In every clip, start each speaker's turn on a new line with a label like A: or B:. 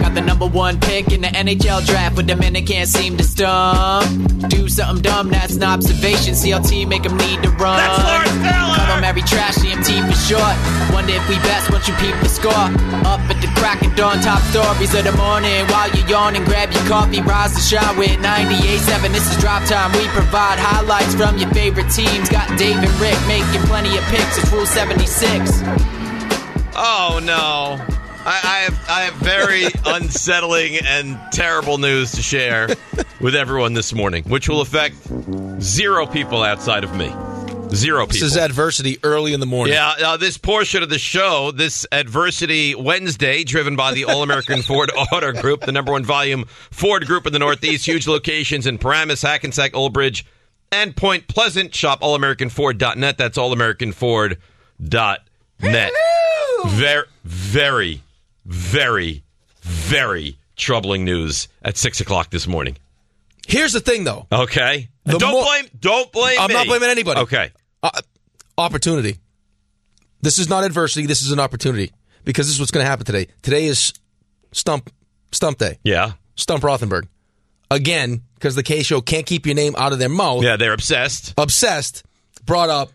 A: Got the number one pick in the NHL draft, but the minute can't seem to stump. Do something dumb, that's an observation. CLT make 'em need to run. That's Lawrence Call 'em every trash EMT for short. Wonder if we best once you peep the score. Up at the crack of dawn, top stories of the morning. While you're yawning, grab your coffee, rise to shine with 98.7. This is drop time. We provide highlights from your favorite teams. Got Dave and Rick making plenty of picks. It's Rule 76.
B: Oh no. I, I have I have very unsettling and terrible news to share with everyone this morning, which will affect zero people outside of me. Zero people.
C: This is adversity early in the morning.
B: yeah, uh, this portion of the show, this Adversity Wednesday, driven by the All American Ford Auto Group, the number one volume Ford group in the Northeast, huge locations in Paramus, Hackensack, Old Bridge, and Point Pleasant. Shop allamericanford.net. That's allamericanford.net. Very, very, very, very troubling news at six o'clock this morning.
C: Here's the thing, though.
B: Okay,
C: Oh. The
B: don't
C: mo-
B: blame. Don't blame.
C: I'm
B: me.
C: not blaming anybody.
B: Okay,
C: Uh, opportunity. This is not adversity. This is an opportunity because this is what's going to happen today. Today is stump stump day.
B: yeah,
C: Stump Rothenberg again because the K show can't keep your name out of their mouth.
B: yeah. They're obsessed.
C: Obsessed. Brought up.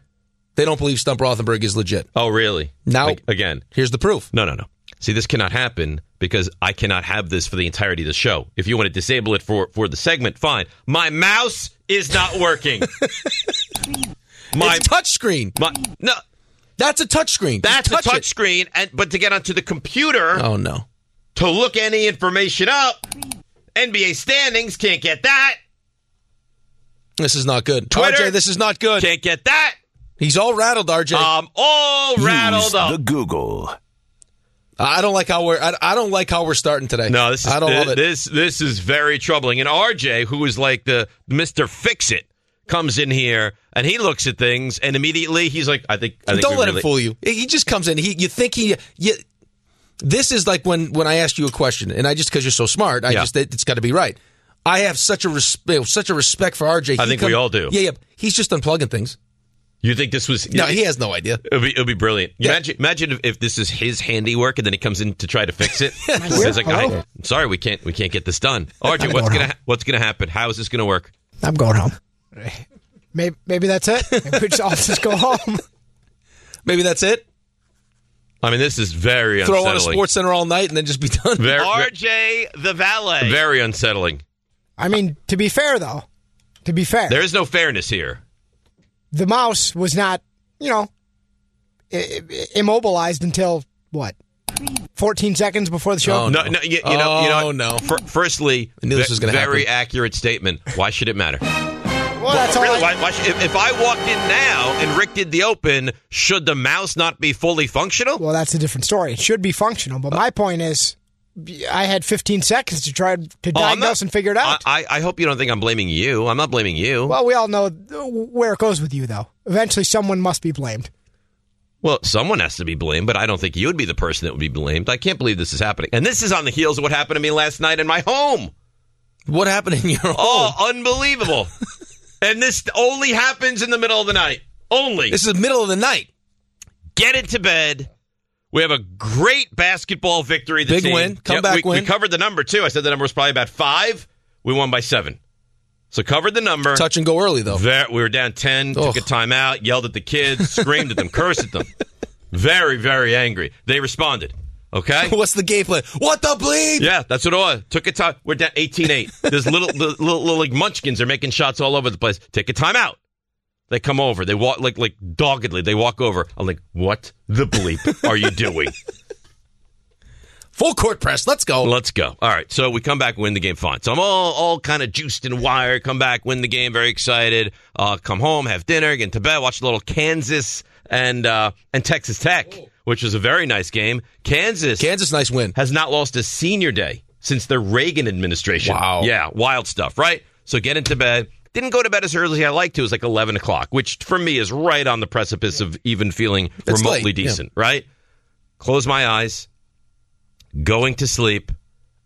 C: They don't believe Stump Rothenberg is legit.
B: Oh, really?
C: Now-
B: Ag- again,
C: Here's the proof.
B: No, no, no. See, this cannot happen because I cannot have this for the entirety of the show. If you want to disable it for for the segment, fine. My mouse is not working. my,
C: It's touchscreen.
B: my no,
C: That's a touchscreen.
B: that's
C: Just
B: the
C: touch
B: touch screen, and but to get onto the computer
C: It. Oh no.
B: to look any information up, NBA standings can't get that.
C: This is not good.
B: Twitter-
C: RJ, this is not good.
B: Can't get that.
C: He's all rattled, RJ.
B: I'm Um, all
D: Use
B: rattled up.
D: the Google.
C: I don't like how we're. I, I don't like how we're starting today.
B: No, this is
C: I don't
B: thi-
C: love it.
B: This this is very troubling. And RJ, who is like the Mister Fix It, comes in here and he looks at things and immediately he's like, I think, I think
C: don't
B: we
C: let
B: really-
C: him fool you. He just comes in. He, you think he, you, this is like when when I asked you a question, and I just because you're so smart, I
B: Yeah.
C: just it, it's got to be right. I have such a respect, such a respect for RJ.
B: I
C: He
B: think we all do.
C: Yeah, yeah. He's just unplugging things.
B: You think this was?
C: No, he has no idea.
B: It would be, it'd be brilliant.
C: Yeah.
B: Imagine, imagine if, if this is his handiwork, and then he comes in to try to fix it. He's like, I, am sorry, we can't, we can't get this done. RJ, what's gonna, ha- what's gonna happen? How is this gonna work?
E: I'm going home. Maybe, maybe that's it. Maybe we just all just go home.
C: Maybe that's it.
B: I mean, this is very
C: Throw on a
B: unsettling.
C: sports center all night and then just be done.
B: Very,
F: RJ the valet.
B: very unsettling.
E: I mean, to be fair, though, to be fair,
B: There is no fairness here.
E: the mouse was not, you know, i- i- immobilized until what, 14 seconds before the show.
C: Oh,
B: No,
C: no.
B: no, you, you know, you know.
C: Oh, no.
B: fir- firstly,
C: I knew this
B: ve-
C: was gonna
B: very
C: happen.
B: accurate statement. Why should it matter?
E: well, that's all.
B: really,
E: I-
B: why, why should, if, if I walked in now and Rick did the open, should the mouse not be fully functional?
E: well, that's a different story. It should be functional, but my point is, I had 15 seconds to try to
B: Oh, I'm
E: diagnose
B: not-
E: and figure it out.
B: I, I I hope you don't think I'm blaming you. I'm not blaming you. Well,
E: well, we all know where it goes with you, though. Eventually, someone must be blamed.
B: someone has to be blamed, but I don't think you would be the person that would be blamed. I can't believe this is happening. And this is on the heels of what happened to me last night in my home.
C: What happened in your home?
B: Oh, unbelievable. and this only happens in the middle of the night. Only.
C: This is the middle of the night.
B: get it to bed. We have a great basketball victory. The
C: Big
B: team.
C: win. Come back
B: we,
C: win.
B: We covered the number too. I said the number was probably about five. We won by seven. So covered the number.
C: Touch and go early though.
B: Ver- we were down ten. Took a
C: Ugh.
B: timeout. Yelled at the kids. Screamed at them. Cursed at them. Very very angry. They responded. Okay.
C: What's the game plan? What the bleep?
B: Yeah, that's what it was. Took a time. We're down 18-8. There's little, the little, little like munchkins are making shots all over the place. Take a timeout. They come over. They walk like like doggedly. They walk over. I'm like, what the bleep are you doing?
C: Full court press. Let's go.
B: Let's go. All right. So we come back, win the game. Fine. So I'm all all kind of juiced and wired. Come back, win the game. Very excited. Uh, come home, have dinner, get into bed, watch a little Kansas and uh, and Texas Tech, which was a very nice game. Kansas
C: Kansas, nice win.
B: has not lost a senior day since the Reagan administration.
C: Wow.
B: Yeah, wild stuff, right? So get into bed. Didn't go to bed as early as I like to. It was like 11 o'clock, which for me is right on the precipice of even feeling
C: It's
B: remotely
C: late, yeah.
B: decent, right? Close my eyes, going to sleep,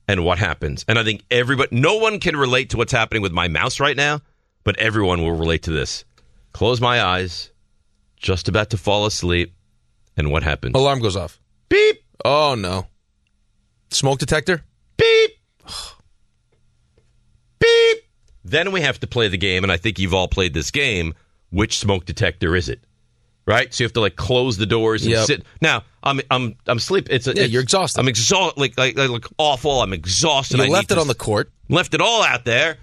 B: and what happens? And I think everybody, no one can relate to what's happening with my mouse right now, but everyone will relate to this. Close my eyes, just about to fall asleep, and what happens?
C: Alarm goes off.
B: Beep,
C: Oh no. Smoke detector.
B: beep, beep. Then we have to play the game, and I think you've all played this game. Which smoke detector is it? Right, so you have to like close the doors and
C: Yep.
B: sit. Now I'm I'm I'm sleep. It's a, it's-
C: you're exhausted.
B: I'm exhausted. Like I, I look awful. I'm exhausted.
C: You
B: I
C: left
B: need
C: it
B: to
C: on the court.
B: left it all out there.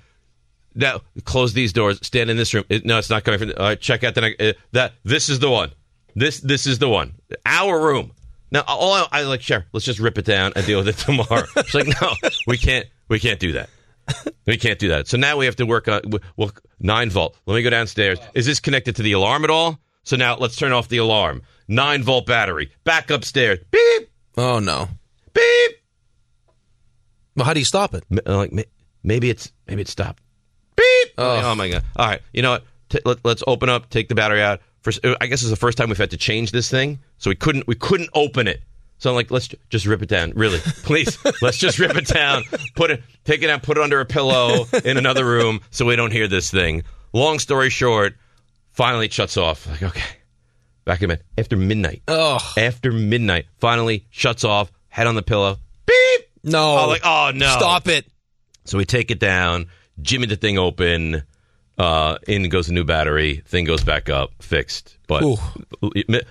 B: Now close these doors. Stand in this room. It- no, it's not coming from. All right, check out the next. Uh, that this is the one. This this is the one. Our room. Now all I, I like. Sure, let's just rip it down and deal with it tomorrow. She's like, no, we can't. We can't do that. We can't do that. So now we have to work on w- well nine volt. Let me go downstairs. Is this connected to the alarm at all? So now let's turn off the alarm. Nine volt battery. Back upstairs. Beep
C: Oh no.
B: beep.
C: Well, how do you stop it?
B: M- uh, like ma- maybe it's maybe it stopped. Beep. Oh, my god! All right, you know what? T- let, let's open up, take the battery out. First, uh, I guess it's the first time we've had to change this thing, so we couldn't we couldn't open it. So I'm like, let's ju- just rip it down, really, please. let's just rip it down. Put it, take it out, put it under a pillow in another room, so we don't hear this thing. Long story short, finally it shuts off. Like okay, back in bed after midnight.
C: Oh
B: After midnight, finally shuts off. Head on the pillow. Beep.
C: no.
B: Oh, like oh no.
C: Stop it.
B: So we take it down, jimmy the thing open, uh, in goes a new battery, thing goes back up, fixed. But
C: Ooh.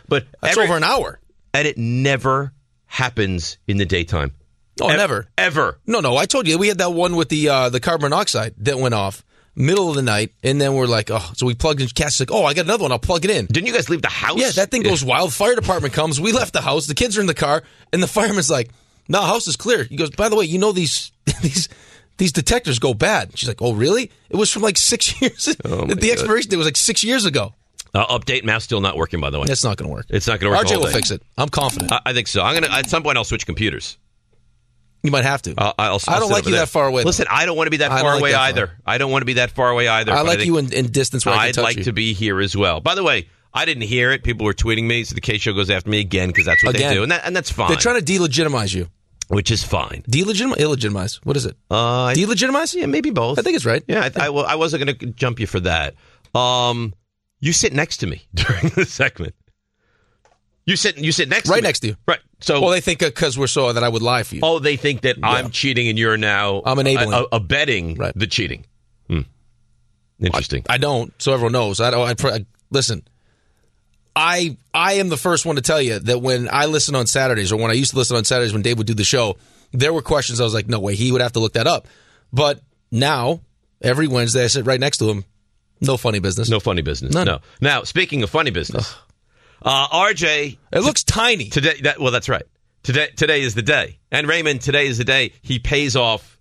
B: but
C: That's
B: every-
C: over an hour.
B: and it never happens in the daytime.
C: Oh,
B: Ev-
C: never.
B: Ever.
C: No, no. I told you we had that one with the uh, the carbon monoxide that went off middle of the night, and then we're like, oh, so we plugged in. Cass like, oh, I got another one. I'll plug it in.
B: Didn't you guys leave the house?
C: Yeah, that thing goes wild. Fire department comes. We left the house. The kids are in the car, and the fireman's like, "No, house is clear." He goes, "By the way, you know these these these detectors go bad." She's like, "Oh, really? It was from like six years.
B: Oh
C: the expiration date was like six years ago.
B: Uh, update mouse still not working by the way.
C: That's not going to work.
B: It's not going to work. the
C: RJ
B: whole
C: will
B: thing.
C: fix it. I'm confident.
B: I, I think so. I'm gonna at some point I'll switch computers.
C: you might have to.
B: I'll, I'll, I'll
C: I do
B: sit
C: not like
B: over
C: you
B: there.
C: that far away. though.
B: Listen, I don't want to be that
C: I don't
B: far
C: like
B: away
C: that far.
B: either. I don't want to be that far away either.
C: I
B: but
C: like
B: think-
C: you in, in distance where I can
B: I'd
C: touch
B: like
C: you.
B: to be here as well. By the way, I didn't hear it. People were tweeting me, so the K show goes after me again because that's what
C: Again.
B: they do, and that and that's fine,
C: They're trying to delegitimize you.
B: which is fine.
C: Delegitimize? Illegitimize? What is it?
B: Uh, I-
C: delegitimize?
B: yeah, maybe both.
C: I think it's right.
B: Yeah, I, I, well, I wasn't going to jump you for that. Um, you sit next to me during the segment. You sit. You sit next.
C: Right
B: to me.
C: next to you.
B: Right. So.
C: Well, they think because we're so that I would lie for you.
B: oh, they think that I'm cheating, and you're now
C: I'm enabling.
B: a- a- abetting
C: Right.
B: the cheating. Hmm. Interesting.
C: I don't, so everyone knows. I don't. I, pr- I- listen. I I am the first one to tell you that when I listen on Saturdays, or when I used to listen on Saturdays when Dave would do the show, there were questions I was like, no way, he would have to look that up. But now every Wednesday, I sit right next to him. No funny business.
B: no funny business.
C: None.
B: No. Now, speaking of funny business, uh, RJ
C: it looks tiny.
B: Today, that, well, that's right. Today, today is the day. And Raymond, today is the day he pays off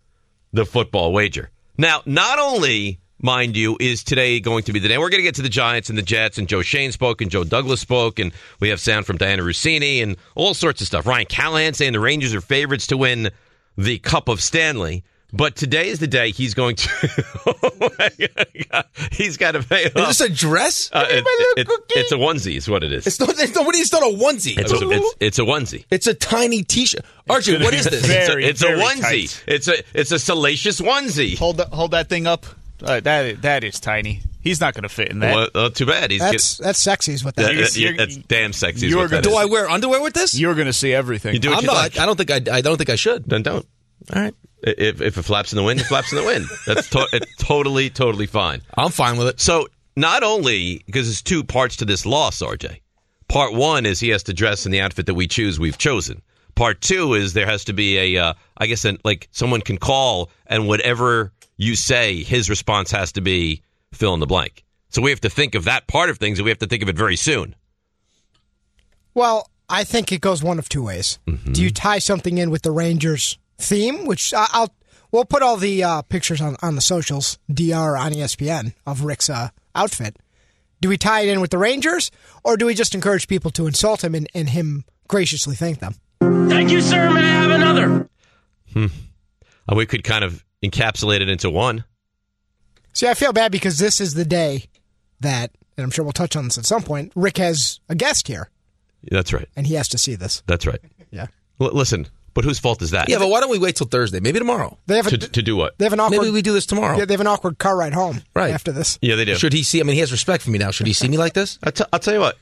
B: the football wager. Now, not only, mind you, is today going to be the day. We're going to get to the Giants and the Jets, and Joe Shane spoke, and Joe Douglas spoke, and we have sound from Diana Rossini and all sorts of stuff. Ryan Callahan saying the Rangers are favorites to win the Cup of Stanley. But today is the day he's going to. oh my God. He's got to pay
C: Is
B: off.
C: this a dress?
B: Uh, it- it- it's a onesie, is what it is.
C: it's not. It's not, what is- it's not a onesie.
B: It's a, it's, it's a onesie.
C: It's a tiny T-shirt. Archie, what is this?
A: Very,
B: it's a
A: very
B: onesie.
A: tight.
B: It's a it's a salacious onesie.
G: Hold that, hold that thing up. Uh, that that is tiny. He's not going to fit in that.
B: Well, uh, too bad. He's
E: That's that's sexy is what that
B: get-
E: is.
B: that- that-
G: you're-
B: that's damn sexy. Is
G: you're
B: what that
G: gonna-
B: is.
C: Do I wear underwear with this?
G: You're going to see everything.
B: You do what
C: I'm
B: you
C: not.
B: like.
C: I don't think. I, I don't think I should.
B: Then don't.
C: All right.
B: I- If, if it flaps in the wind, it flaps in the wind. That's to- it's totally totally fine.
C: I'm fine with it.
B: So not only because there's two parts to this loss, RJ. Part one is he has to dress in the outfit that we choose, we've chosen. Part two is there has to be a, uh, I guess, an, like someone can call and whatever you say, his response has to be fill in the blank. So we have to think of that part of things, and we have to think of it very soon.
E: Well, I think it goes one of two ways.
C: Mm-hmm.
E: Do you tie something in with the Rangers theme, which I- I'll we'll put all the uh, pictures on on the socials, dr on E ESPN of Rick's uh, outfit. Do we tie it in with the Rangers, or do we just encourage people to insult him and, and him graciously thank them?
H: Thank you, sir. May I have another?
B: And Uh, we could kind of encapsulate it into one.
E: See, I feel bad because this is the day that, and I'm sure we'll touch on this at some point. Rick has a guest here,
B: That's right.
E: and he has to see this.
B: That's right.
E: Yeah,
B: L- listen, but whose fault is that?
C: Yeah, but why don't we wait till Thursday? Maybe tomorrow.
E: they have a,
B: to, to do what?
E: they have an awkward
C: Maybe we do this tomorrow.
E: yeah, they have an awkward car ride home
C: Right.
E: after this.
B: Yeah, they do.
C: Should he see? I mean, he has respect for me now. Should he see me like this?
B: I t- I'll tell you what.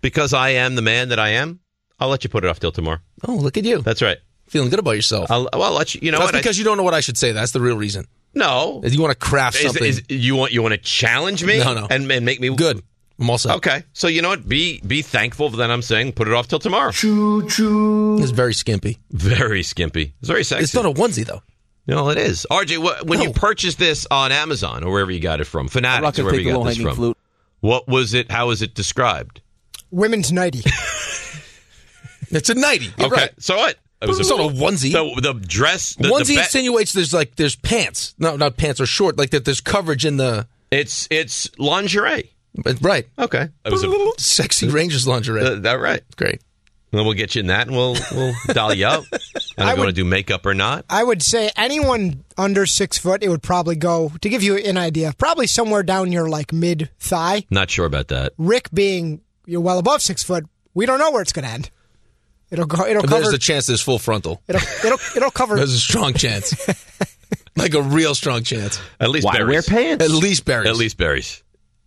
B: Because I am the man that I am, I'll let you put it off till tomorrow.
C: Oh, look at you,
B: That's right.
C: feeling good about yourself.
B: I'll, well, I'll let you. You know
C: That's
B: what? I-
C: because you don't know what I should say. That's the real reason.
B: no.
C: Is You want to craft
B: Is,
C: something
B: is, you want you want to challenge me?
C: No, no.
B: And, and make me
C: good. I'm all set.
B: Okay. So you know what? Be be thankful that I'm saying put it off till tomorrow.
C: It's very skimpy.
B: Very skimpy. It's very sexy.
C: It's not a onesie though.
B: no, it is. RJ, what, when you
C: No.
B: purchased this on Amazon or wherever you got it from, Fanatics, or wherever you got this from, what was it? How was it described?
E: Women's nighty.
C: It's a nighty. You're
B: okay.
C: Right.
B: So what? It
C: It's not a onesie.
B: The, the dress. The, the
C: onesie
B: ba-
C: insinuates there's like there's pants. No, not pants or short. Like that there's coverage in the
B: it's it's lingerie.
C: but- right.
B: Okay. It was a,
C: Sexy Rangers lingerie.
B: Uh, that right.
C: Great.
B: Then we'll get you in that, and we'll we'll doll you up. I don't want to do makeup or not.
E: I would say anyone under six foot, it would probably go to give you an idea, probably somewhere down your like mid thigh.
B: Not sure about that.
E: Rick being you're well above six foot, we don't know where it's going to end. It'll go. It'll
C: There's
E: cover.
C: a chance there's full frontal.
E: it'll, it'll it'll cover.
C: There's a strong chance. like a real strong chance.
B: At least berries.
A: pants?
C: At least berries.
B: At least berries.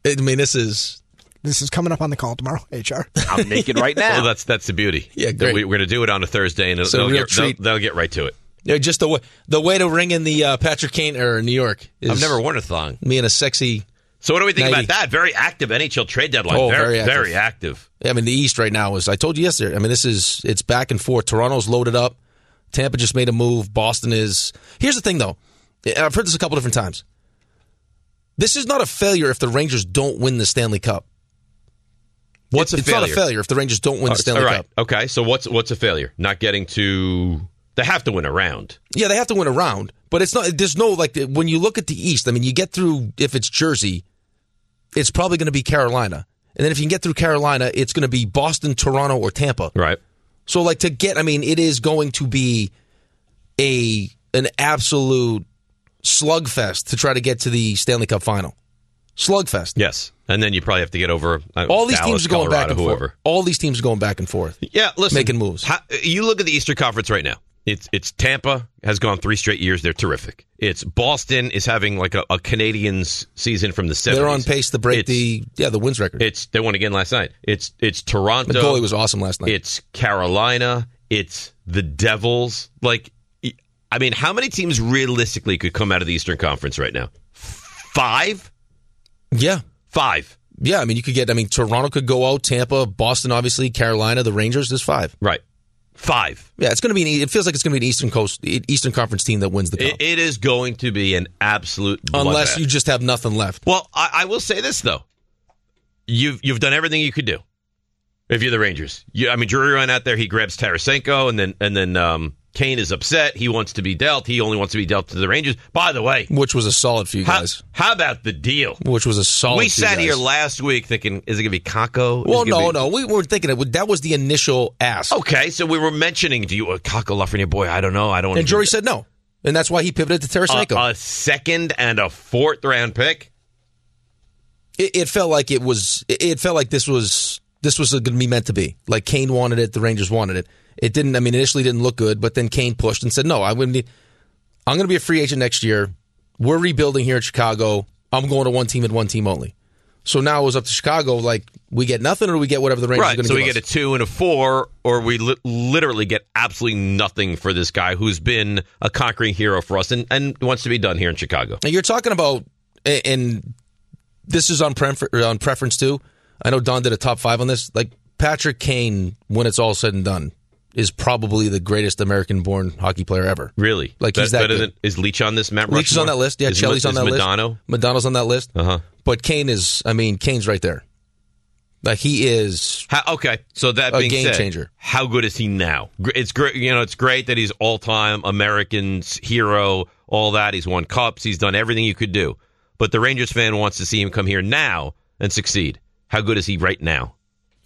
C: I mean this is
E: This is coming up on the call tomorrow. HR.
A: I'm naked right
B: Well,
A: now.
B: that's that's the beauty.
C: Yeah,
B: That
C: great.
B: We, we're gonna do it on a Thursday, and it'll,
C: So
B: they'll,
C: real
B: get, they'll,
C: treat.
B: they'll get right to it.
C: yeah, just the way the way to ring in the uh, Patrick Kane era in New York is
B: I've never worn a thong.
C: me in a sexy
B: So what do we think
C: Nighty.
B: about that? Very active NHL trade deadline.
C: Oh, very
B: very
C: active.
B: Very active.
C: I mean, the East right now is. I told you yesterday. I mean, this is it's back and forth. Toronto's loaded up. Tampa just made a move. Boston is. Here's the thing, though. and I've heard this a couple different times. This is not a failure if the Rangers don't win the Stanley Cup.
B: What's
C: It-
B: a
C: it's
B: failure?
C: not a failure if the Rangers don't win the Stanley
B: All right.
C: Cup.
B: Okay. So what's what's a failure? Not getting to. They have to win a round.
C: Yeah, they have to win a round, but it's not. There's no like when you look at the East. I mean, you get through if it's Jersey, it's probably going to be Carolina, and then if you can get through Carolina, it's going to be Boston, Toronto, or Tampa.
B: Right.
C: So like to get, I mean, it is going to be a an absolute slugfest to try to get to the Stanley Cup final. Slugfest.
B: Yes. And then you probably have to get over uh,
C: All these
B: Dallas,
C: teams are going
B: Colorado,
C: back and
B: whoever.
C: forth. All these teams are going back and forth.
B: Yeah, listen,
C: Making moves.
B: How, you look at the Eastern Conference right now. It's it's Tampa has gone three straight years. They're terrific. It's Boston is having like a, a Canadians season from the 70s.
C: They're on pace to break
B: it's,
C: the yeah the wins record.
B: It's they won again last night. It's it's Toronto.
C: the goalie was awesome last night.
B: It's Carolina. It's the Devils. Like, I mean, how many teams realistically could come out of the Eastern Conference right now? Five,
C: yeah,
B: five.
C: yeah. I mean, you could get. I mean, Toronto could go out. Tampa, Boston, obviously, Carolina, the Rangers. There's five.
B: Right, five.
C: Yeah, it's going to be. An, e, it feels like it's going to be an Eastern Coast e, Eastern Conference team that wins the
B: It,
C: cup,
B: it is going to be an absolute
C: unless
B: bloodbath.
C: you just have nothing left.
B: Well, I, I will say this though, you've you've done everything you could do. If you're the Rangers, you, I mean, Drury ran out there. He grabs Tarasenko, and then and then um, Kane is upset. He wants to be dealt. He only wants to be dealt to the Rangers. By the way,
C: Which was a solid for you
B: how,
C: guys.
B: how about the deal?
C: Which was a solid. for
B: we
C: you
B: sat here
C: guys.
B: last week thinking, is it going to be Kako? Is
C: Well,
B: it gonna
C: no,
B: be-
C: no, we weren't thinking it. That was the initial ask,
B: Okay, so we were mentioning, do you uh, Kako Lafreniere? Boy, I don't know. I don't. wanna
C: and Jory
B: do
C: said no, and that's why he pivoted to
B: that.
C: Tarasenko.
B: a, a second and a fourth round pick.
C: it, it felt like it was. It, it felt like this was this was going to be meant to be. Like Kane wanted it, the Rangers wanted it. It didn't. I mean, initially didn't look good, but then Kane pushed and said, "No, I wouldn't. Need, I'm going to be a free agent next year. We're rebuilding here in Chicago. I'm going to one team and one team only." So now it was up to Chicago. Like we get nothing, or we get whatever the Rangers are
B: Right.
C: going to
B: So we
C: give
B: get a
C: us.
B: two and a four, or we li- literally get absolutely nothing for this guy who's been a conquering hero for us and, and wants to be done here in Chicago.
C: Now you're talking about, a- and this is on prefer- on preference too. I know Don did a top five on this. Like Patrick Kane, when it's all said and done, is probably the greatest American-born hockey player ever.
B: Really?
C: Like he's
B: Be-
C: that
B: better
C: good.
B: than is Leach on this map?
C: Leach is on that list. Yeah,
B: is,
C: Shelley's
B: Ma-
C: on that
B: is
C: list.
B: Madonna?
C: Madonna's on that list.
B: Uh huh.
C: But Kane is. I mean, Kane's right there. Like he is.
B: How, okay, so that
C: A
B: being
C: game
B: said,
C: changer.
B: How good is he now? Gr- It's great. You know, it's great that he's all time American's hero. All that he's won cups. He's done everything you could do. But the Rangers fan wants to see him come here now and succeed. How good is he right now?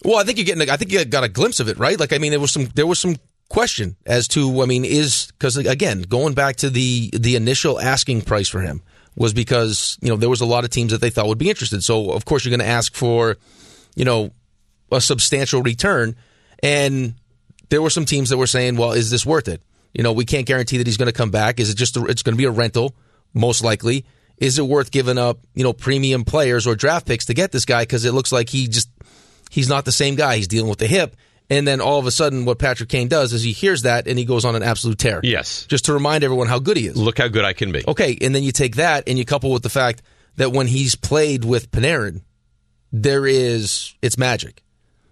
C: Well, I think you're getting. I think you got a glimpse of it, right? Like, I mean, there was some. There was some question as to. I mean, is because again, going back to the the initial asking price for him was because you know there was a lot of teams that they thought would be interested. So of course you're going to ask for, you know, a substantial return, and there were some teams that were saying, well, is this worth it? You know, we can't guarantee that he's going to come back. Is it just? A, it's going to be a rental, most likely. Is it worth giving up, you know, premium players or draft picks to get this guy? Because it looks like he just he's not the same guy. He's dealing with the hip. And then all of a sudden, what Patrick Kane does is he hears that and he goes on an absolute tear.
B: Yes.
C: Just to remind everyone how good he is.
B: Look how good I can be.
C: Okay. And then you take that and you couple with the fact that when he's played with Panarin, there is, it's magic.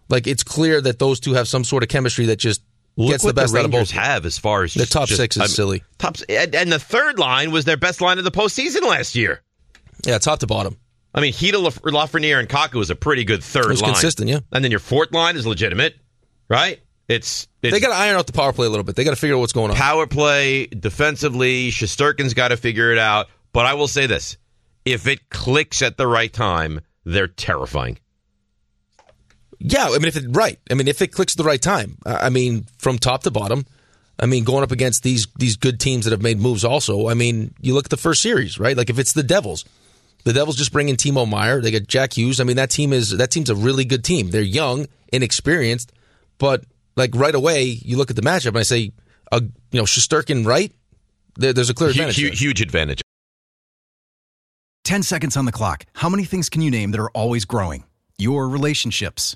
C: Like it's clear that those two have some sort of chemistry that just
B: Look
C: gets
B: what
C: the best
B: the
C: out of both.
B: Rangers have as far as
C: The top six is silly.
B: Top s- and, and the third line was their best line of the postseason last year.
C: Yeah, top to bottom.
B: I mean, Hita Laf- Lafreniere and Kaku was a pretty good third
C: It was
B: line.
C: consistent, yeah.
B: And then your fourth line is legitimate, right? It's, it's
C: They got to iron out the power play a little bit. They got to figure out what's going on.
B: power play defensively. Shosturkin's got to figure it out. But I will say this: if it clicks at the right time, they're terrifying.
C: Yeah, I mean, if it right, I mean, if it clicks at the right time, I I mean, from top to bottom, I mean, going up against these these good teams that have made moves. Also, I mean, you look at the first series, right? Like if it's the Devils, the Devils just bring in Timo Meyer. They got Jack Hughes. I mean, that team is that team's a really good team. They're young, inexperienced, but like right away, you look at the matchup and I say, uh, you know, Shosturkin right. There, there's a clear
B: Huge,
C: advantage. there.
B: huge, huge advantage.
I: 10 seconds on the clock. How many things can you name that are always growing? Your relationships,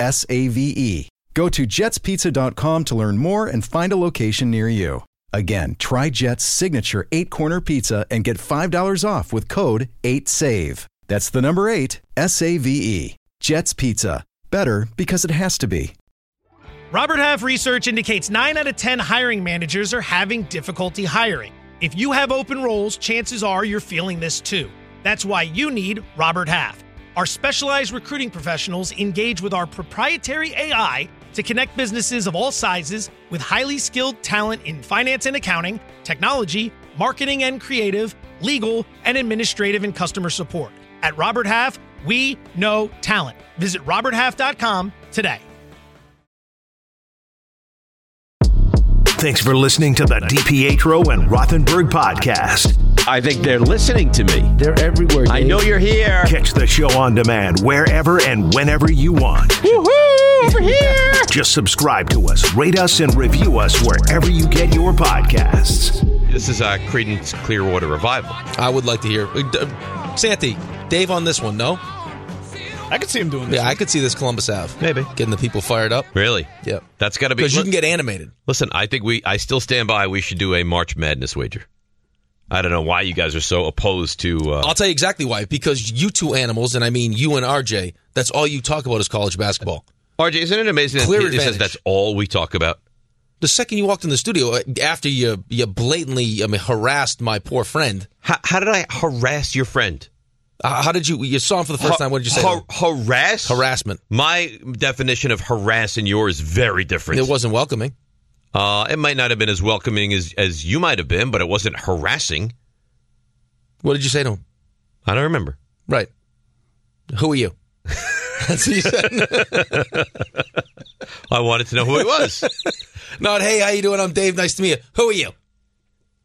I: S A V E. Go to jetspizza.com to learn more and find a location near you. Again, try Jet's signature eight corner pizza and get $5 off with code 8SAVE. That's the number eight, S A V E. Jet's Pizza. Better because it has to be.
J: Robert Half research indicates 9 out of 10 hiring managers are having difficulty hiring. If you have open roles, chances are you're feeling this too. That's why you need Robert Half. Our specialized recruiting professionals engage with our proprietary AI to connect businesses of all sizes with highly skilled talent in finance and accounting, technology, marketing and creative, legal, and administrative and customer support. At Robert Half, we know talent. Visit roberthalf.com today.
D: Thanks for listening to the DPetro and Rothenberg podcast.
A: I think they're listening to me.
C: They're everywhere.
A: I know you're here.
D: Catch the show on demand wherever and whenever you want.
A: Woohoo! Over here.
D: Just subscribe to us, rate us, and review us wherever you get your podcasts.
B: This is uh, Creedence Clearwater Revival.
C: I would like to hear uh, D- Santi, Dave on this one. No,
G: I could see him doing this.
C: yeah, I could see this Columbus Ave
B: Maybe.
C: getting the people fired up.
B: Really?
C: Yep.
B: That's got to be.
C: Because you
B: li-
C: can get animated.
B: Listen, I think we. I still stand by. We should do a March Madness wager. I don't know why you guys are so opposed to. Uh,
C: I'll tell you exactly why. Because you two animals, and I mean you and RJ, that's all you talk about is college basketball.
B: RJ, isn't it amazing that
C: Clear
B: he just says
C: advantage.
B: that's all we talk about?
C: The second you walked in the studio, uh, after you you blatantly I mean, harassed my poor friend,
B: How, how did I harass your friend?
C: uh, how did you you saw him for the first time? What did you say? to
B: Har-
C: him?
B: harass?
C: Harassment.
B: My definition of harass and yours is very different.
C: It wasn't welcoming.
B: Uh, it might not have been as welcoming as, as you might have been, but it wasn't harassing.
C: What did you say to him?
B: I don't remember.
C: Right. Who are you? That's what you said.
B: I wanted to know who he was.
C: Not hey, how you doing? I'm Dave. Nice to meet you. Who are you?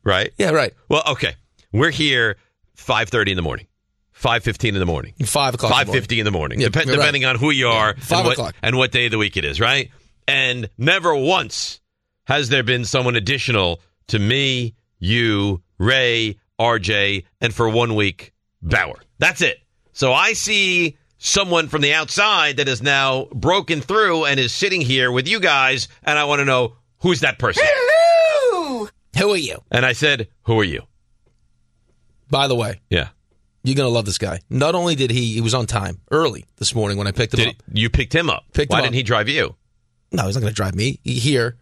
B: right?
C: Yeah, right.
B: Well, okay. We're here five thirty in the morning. Five fifteen in the morning.
C: Five o'clock in the
B: Five
C: morning.
B: fifty in the morning.
C: Yeah,
B: Depen-
C: right.
B: depending on who you are
C: Five
B: and, what,
C: o'clock.
B: and what day of the week it is, right? And never once has there been someone additional to me, you, Ray, RJ, and for one week, Bauer. That's it. So I see someone from the outside that is now broken through and is sitting here with you guys, and I want to know who's that person.
C: Who are you?
B: And I said, Who are you?
C: By the way,
B: Yeah.
C: you're gonna love this guy. Not only did he he was on time early this morning when I picked him
B: Did
C: up.
B: you picked him up?
C: Picked
B: Why
C: him up.
B: didn't he drive you?
C: No, he's not gonna drive me He- here.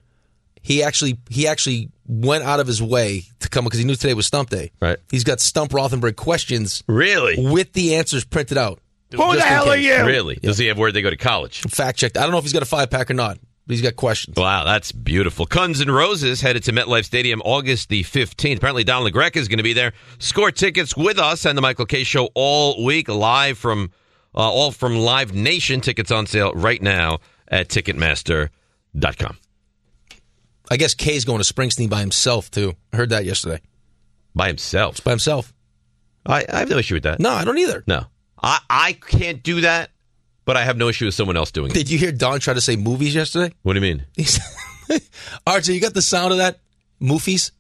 C: He actually he actually went out of his way to come because he knew today was Stump Day.
B: Right.
C: He's got Stump Rothenberg questions
B: Really?
C: with the answers printed out. Who
H: the hell are you?
B: Really? Does he have where they go to college?
C: Fact checked. I don't know if he's got a five pack or not, but he's got questions.
B: Wow, that's beautiful. Guns N' Roses headed to MetLife Stadium August the 15th. Apparently, Don LaGreca is going to be there. Score tickets with us and the Michael K. Show all week, live from uh, all from Live Nation. Tickets on sale right now at Ticketmaster.com.
C: I guess Kay's going to Springsteen by himself too. I heard that yesterday.
B: By himself.
C: By himself.
B: I, I have no issue with that.
C: No, I don't either.
B: No. I, I can't do that, but I have no issue with someone else doing it.
C: Did you hear Don try to say movies yesterday?
B: What do you mean?
C: He said, RJ, you got the sound of that? Moofies?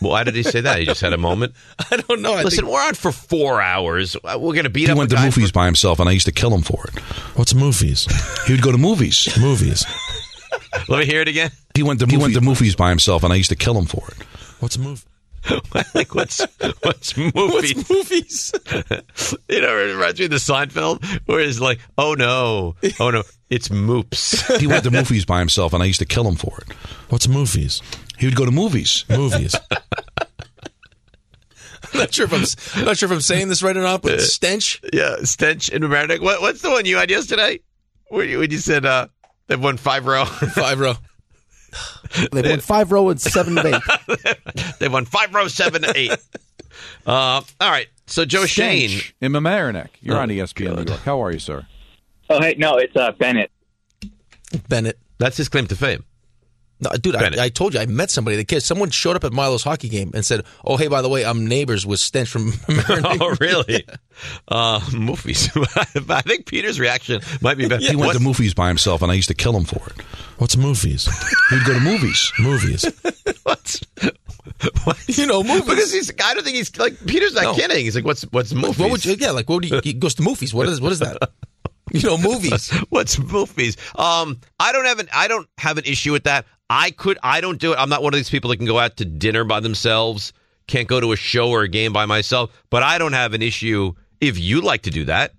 B: Why did he say that? He just had a moment.
C: I don't know. I
B: Listen,
C: think-
B: we're on for four hours. Uh, We're gonna beat
K: He
B: up.
K: went
B: a
K: to
B: guy
K: movies by himself, and I used to kill him for it.
L: What's movies?
K: He would go to movies. movies.
B: For, let me hear it again.
K: He went to movies. he went to movies by himself, and I used to kill him for it.
L: What's a movie?
B: like what's what's movie?
C: movies?
B: you know, it reminds me of the Seinfeld, where it's like, oh no, oh no, it's moops.
K: He went to movies by himself, and I used to kill him for it.
L: What's movies?
K: He would go to movies.
L: Movies.
C: I'm not sure if I'm, s- I'm not sure if I'm saying this right or not, but stench.
B: Uh, Yeah, stench and romantic. What, what's the one you had yesterday? Where you, when you said uh, they've won five row,
C: Five row.
M: They won five row and seven of eight.
B: they've won five
C: oh
B: row, seven to eight. Uh, all right, so Joe Shane.
N: Stench in Mamaroneck. You're
B: Oh,
N: on E ESPN New York. How are you, sir?
O: Oh, hey, no, it's uh, Bennett.
C: Bennett.
B: That's his claim to fame.
C: No, dude, I, I told you I met somebody. The kid, someone showed up at Milo's hockey game and said, "Oh, hey, by the way, I'm neighbors with Stench from."
B: oh, really? Uh, movies. I think Peter's reaction might be better.
K: He went
B: What's-
K: to movies by himself, and I used to kill him for it.
L: What's movies?
K: He would go to movies.
L: Movies.
B: What's you
C: know movies?
B: Because he's I don't think he's like Peter's not kidding. He's like, what's what's movies?
C: What would you? Yeah, like what would you? He goes to movies. What is? What is that? You know, movies.
B: what's movies? Um, I don't have an I don't have an issue with that. I could I don't do it. I'm not one of these people that can go out to dinner by themselves. Can't go to a show or a game by myself. But I don't have an issue if you like to do that.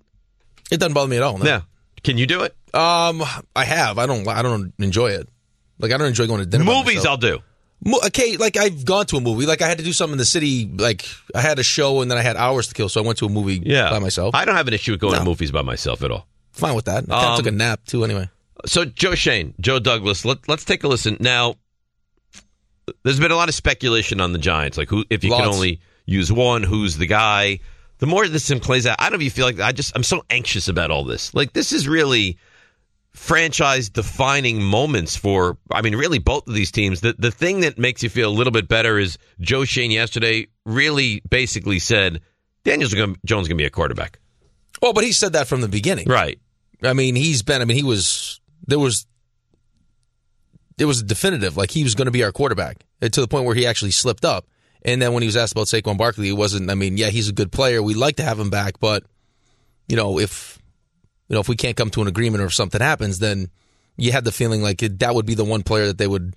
C: It doesn't bother me at all. No.
B: Yeah, can you do it?
C: Um, I have. I don't. I don't enjoy it. Like I don't enjoy going to dinner. by
B: Movies,
C: myself.
B: I'll do.
C: Mo- okay, like I've gone to a movie. Like I had to do something in the city. Like I had a show and then I had hours to kill, so I went to a movie
B: Yeah,
C: by myself.
B: I don't have an issue with going to movies by myself at all.
C: Fine with that. I kinda
B: Um,
C: took a nap too. Anyway,
B: So Joe Shane, Joe Douglas, let, let's take a listen. Now, there's been a lot of speculation on the Giants, like who if you can
C: Lots.
B: only use one, who's the guy. The more this thing plays out, I don't know if you feel like I just I'm so anxious about all this. Like this is really franchise defining moments for I mean really both of these teams. The the thing that makes you feel a little bit better is Joe Shane yesterday really basically said Daniel's gonna, Jones going to be a quarterback.
C: well, but he said that from the beginning.
B: Right.
C: I mean, he's been. I mean, he was. There was. It was definitive. Like he was going to be our quarterback uh, to the point where he actually slipped up. And then when he was asked about Saquon Barkley, he wasn't. I mean, yeah, he's a good player. We like to have him back, but you know, if you know if we can't come to an agreement or if something happens, then you had the feeling like it, that would be the one player that they would.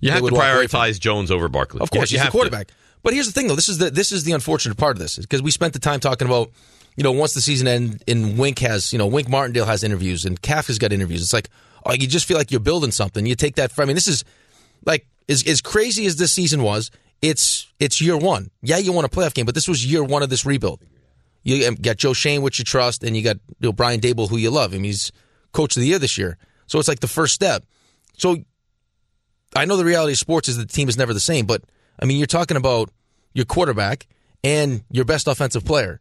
B: You
C: They
B: have to
C: would walk away from
B: prioritize Jones over Barkley.
C: Of course,
B: you
C: he's
B: have
C: the
B: to.
C: quarterback. But here's the thing, though. This is the this is the unfortunate part of this because we spent the time talking about, you know, once the season end and Wink has, you know, Wink Martindale has interviews and Kafka's got interviews. It's like, oh, you just feel like you're building something. You take that. From, I mean, this is like as as crazy as this season was. It's it's year one. Yeah, you won a playoff game, but this was year one of this rebuild. You um, got Joe Shane, which you trust, and you got you know, Brian Dable, who you love. I mean, he's coach of the year this year, so it's like the first step. So I know the reality of sports is that the team is never the same, but I mean, you're talking about your quarterback, and your best offensive player.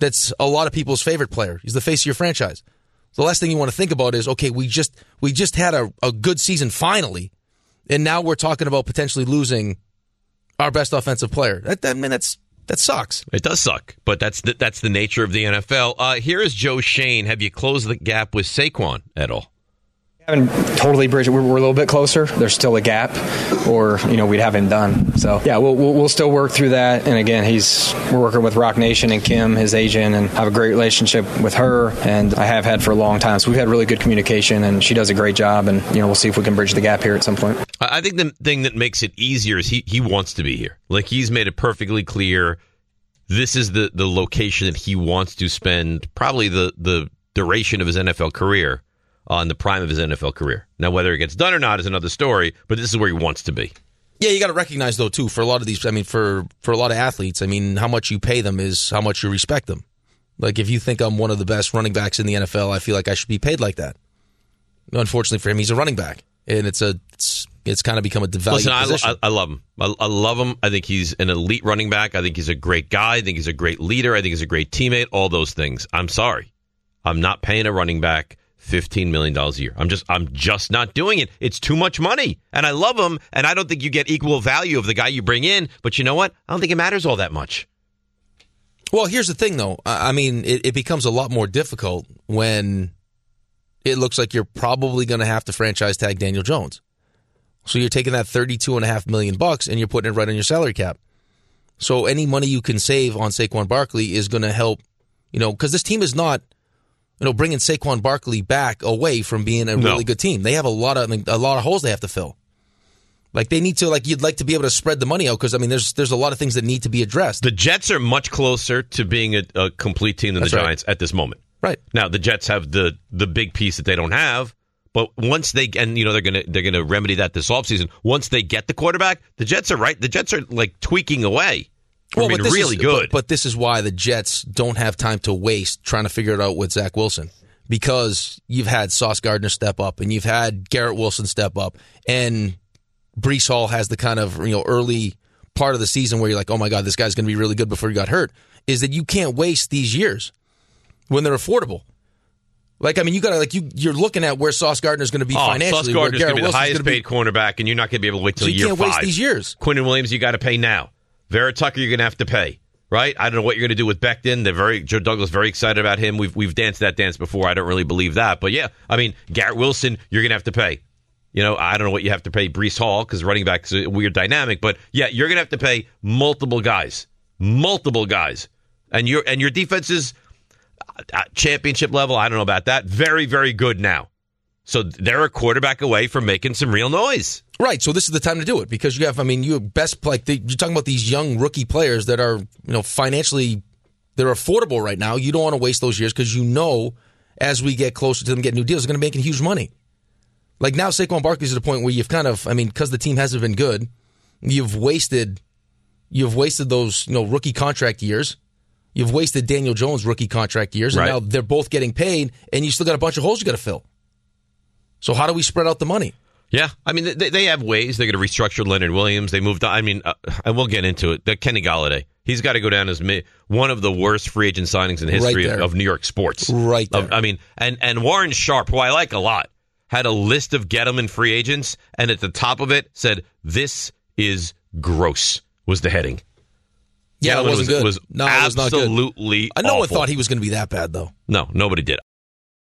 C: That's a lot of people's favorite player. He's the face of your franchise. The last thing you want to think about is okay, we just we just had a, a good season finally, and now we're talking about potentially losing our best offensive player. That, that I mean, that's that sucks.
B: It does suck, but that's the, that's the nature of the NFL. Uh, here is Joe Shane. Have you closed the gap with Saquon at all?
P: haven't totally bridged it. We're, we're a little bit closer. There's still a gap, or you know, we'd have him done. So yeah, we'll, we'll, we'll still work through that. And again, he's we're working with Rock Nation and Kim, his agent, and I have a great relationship with her, and I have had for a long time. So we've had really good communication, and she does a great job. And you know, we'll see if we can bridge the gap here at some point.
B: I I think the thing that makes it easier is he he wants to be here. Like he's made it perfectly clear. This is the the location that he wants to spend probably the the duration of his NFL career on the prime of his NFL career. Now whether it gets done or not is another story, but this is where he wants to be.
C: Yeah, you got to recognize though too for a lot of these. I mean, for for a lot of athletes, I mean, how much you pay them is how much you respect them. Like if you think I'm one of the best running backs in the NFL, I feel like I should be paid like that. Unfortunately for him, he's a running back, and it's a it's it's kind of become a devalued
B: Listen, I,
C: position.
B: I, I love him. I, I love him. I think he's an elite running back. I think he's a great guy. I think he's a great leader. I think he's a great teammate. All those things. I'm sorry, I'm not paying a running back fifteen million dollars a year. I'm just, I'm just not doing it. It's too much money, and I love him, and I don't think you get equal value of the guy you bring in. But you know what? I don't think it matters all that much.
C: Well, here's the thing, though. I I mean, it, it becomes a lot more difficult when it looks like you're probably going to have to franchise tag Daniel Jones. So you're taking that thirty-two and a half million bucks and you're putting it right on your salary cap. So any money you can save on Saquon Barkley is going to help, you know, because this team is not, you know, bringing Saquon Barkley back away from being a
B: No.
C: really good team. They have a lot of I mean, a lot of holes they have to fill. Like they need to like you'd like to be able to spread the money out because I mean there's there's a lot of things that need to be addressed.
B: The Jets are much closer to being a, a complete team than
C: That's
B: the
C: right.
B: Giants at this moment.
C: Right.
B: Now the Jets have the the big piece that they don't have, but once they and you know they're gonna they're gonna remedy that this offseason. Once they get the quarterback, the Jets are right. The Jets are like tweaking away. I mean,
C: but this
B: really
C: is,
B: good.
C: But, but this is why the Jets don't have time to waste trying to figure it out with Zach Wilson because you've had Sauce Gardner step up and you've had Garrett Wilson step up and Brees Hall has the kind of you know early part of the season where you're like, oh my god, this guy's going to be really good before he got hurt. Is that you can't waste these years when they're affordable. Like I mean, you got to like you you're looking at where Sauce Gardner is going to be
B: Oh, Sauce
C: financially. where
B: Gardner's going
C: Garrett
B: to be the
C: Wilson's
B: highest
C: gonna be-
B: paid cornerback, and you're not going to be able to wait till
C: So you
B: year
C: can't
B: five.
C: waste these years.
B: Quinton Williams, you got to pay now. Vera Tucker, you're going to have to pay. Right? I don't know what you're going to do with Becton. They're very Joe Douglas very excited about him. We've we've danced that dance before. I don't really believe that, but yeah, I mean Garrett Wilson, you're going to have to pay. You know, I don't know what you have to pay Brees Hall because running back is a weird dynamic, but yeah, you're going to have to pay multiple guys, multiple guys, and your and your defense is uh, championship level. I don't know about that. Very, very good now. So they're a quarterback away from making some real noise.
C: Right. So this is the time to do it because you have, I mean, you have best like the, you're talking about these young rookie players that are you know financially they're affordable right now. You don't want to waste those years because you know as we get closer to them getting new deals, they're going to be making huge money. Like now, Saquon Barkley's at a point where you've kind of, I mean, because the team hasn't been good, you've wasted, you've wasted those you know rookie contract years. You've wasted Daniel Jones' rookie contract years, and
B: Right.
C: now they're both getting paid, and you still got a bunch of holes you got to fill. So how do we spread out the money?
B: Yeah, I mean they, they have ways. They're going to restructure Leonard Williams. They moved. on. I mean, uh, and we'll get into it. The Kenny Galladay, he's got to go down as mi- one of the worst free agent signings in the
C: Right
B: history of,
C: there.
B: of New York sports.
C: Right
B: Of- I mean, and and Warren Sharp, who I like a lot, had a list of Gettleman free agents, and at the top of it said, "This is gross." Was the heading?
C: Yeah, it
B: Gettleman
C: wasn't
B: was,
C: good.
B: Was
C: No, it was not good.
B: absolutely.
C: Uh, No one
B: awful.
C: thought he was going to be that bad, though.
B: No, nobody did.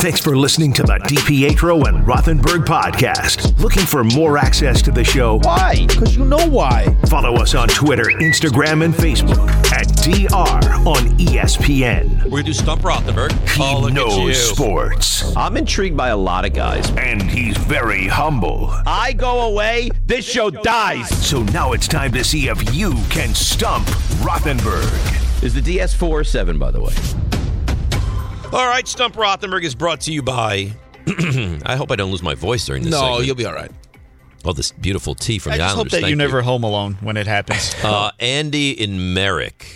D: Thanks for listening to the DPetro and Rothenberg podcast. Looking for more access to the show? Why? Because you know why. Follow us on Twitter, Instagram, and Facebook at DR on E ESPN.
B: We're going to do Stump Rothenberg.
D: He
B: oh, look
D: knows
B: at you.
D: sports.
B: I'm intrigued by a lot of guys.
D: And he's very humble.
B: I go away,
D: This show dies. So now it's time to see if you can stump Rothenberg.
B: Is the DS4 or 7, by the way? All right, Stump Rothenberg is brought to you by. I hope I don't lose my voice during this.
G: No,
B: segment.
G: you'll
C: be all right.
B: Oh, this beautiful tea from
G: I
B: the
G: just hope
B: Islanders.
G: that
B: Thank
G: you never home alone when it happens.
B: Uh, Andy in Merrick.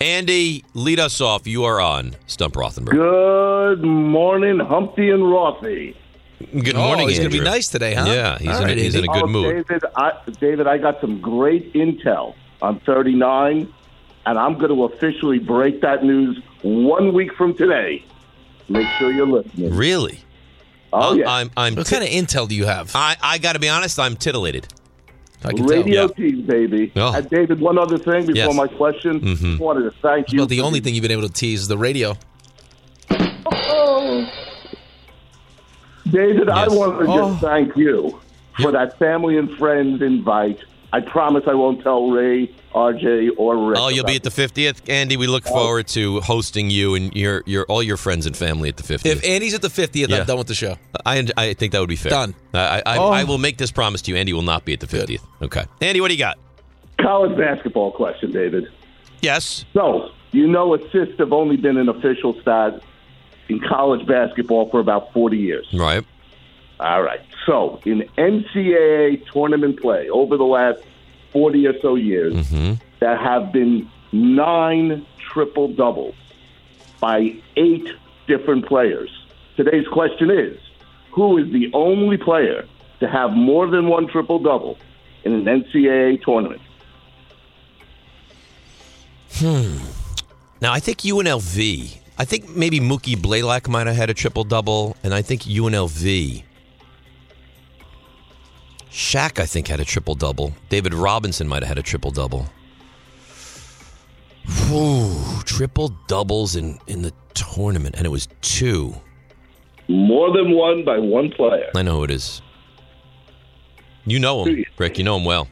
B: Andy, lead us off. You are on Stump Rothenberg.
Q: Good morning, Humpty and Rothy.
B: Good morning,
C: Oh, he's gonna be
B: Andrew.
C: nice today, huh?
B: Yeah, he's,
C: All
B: in,
C: right,
B: a, he's in a good
Q: Oh,
B: mood.
Q: David I, David, I got some great intel. I'm 39, and I'm going to officially break that news one week from today. Make sure you're listening.
B: Really?
Q: Oh,
B: I'm,
Q: yeah.
B: I'm, I'm
Q: What
B: kind of intel do you have? I, I got to be honest, I'm titillated. I
Q: Radio
B: Yeah.
Q: team, baby.
B: Oh. Mm-hmm.
Q: And David, one other thing before
C: Yes.
Q: my question.
C: Mhm.
Q: I wanted to thank you.
C: Well, the only thing you've been able to tease is the radio.
Q: David, I
C: Yes.
Q: want to
C: Oh.
Q: just thank you for that family and friends invite. I promise I won't tell Ray, RJ, or Rick.
B: Oh, you'll be at the 50th, Andy. We
Q: Oh.
B: look forward to hosting you and your your all your friends and family at the 50th.
C: If Andy's at the 50th,
B: Yeah.
C: I'm done with the show.
B: I I think that would be fair.
C: Done.
B: I I,
C: Oh.
B: I will make this promise to you. Andy will not be at the 50th. Okay. Andy, what do you got?
Q: college basketball question, David.
B: Yes.
Q: So, you know, assists have only been an official stat in college basketball for about 40 years.
B: Right.
Q: All right. So, in NCAA tournament play over the last 40 or so years,
B: Mm-hmm.
Q: there have been nine triple doubles by eight different players. Today's question is who is the only player to have more than one triple double in an NCAA tournament?
B: Hmm. Now I think UNLV. I think maybe Mookie Blaylock might have had a triple double, and I think UNLV. Shaq, I think, had a triple double. David Robinson might have had a triple double. Ooh, triple doubles in in the tournament, and it was two.
Q: More than one by one player.
B: I know who it is. You know him, Rick. You know him well.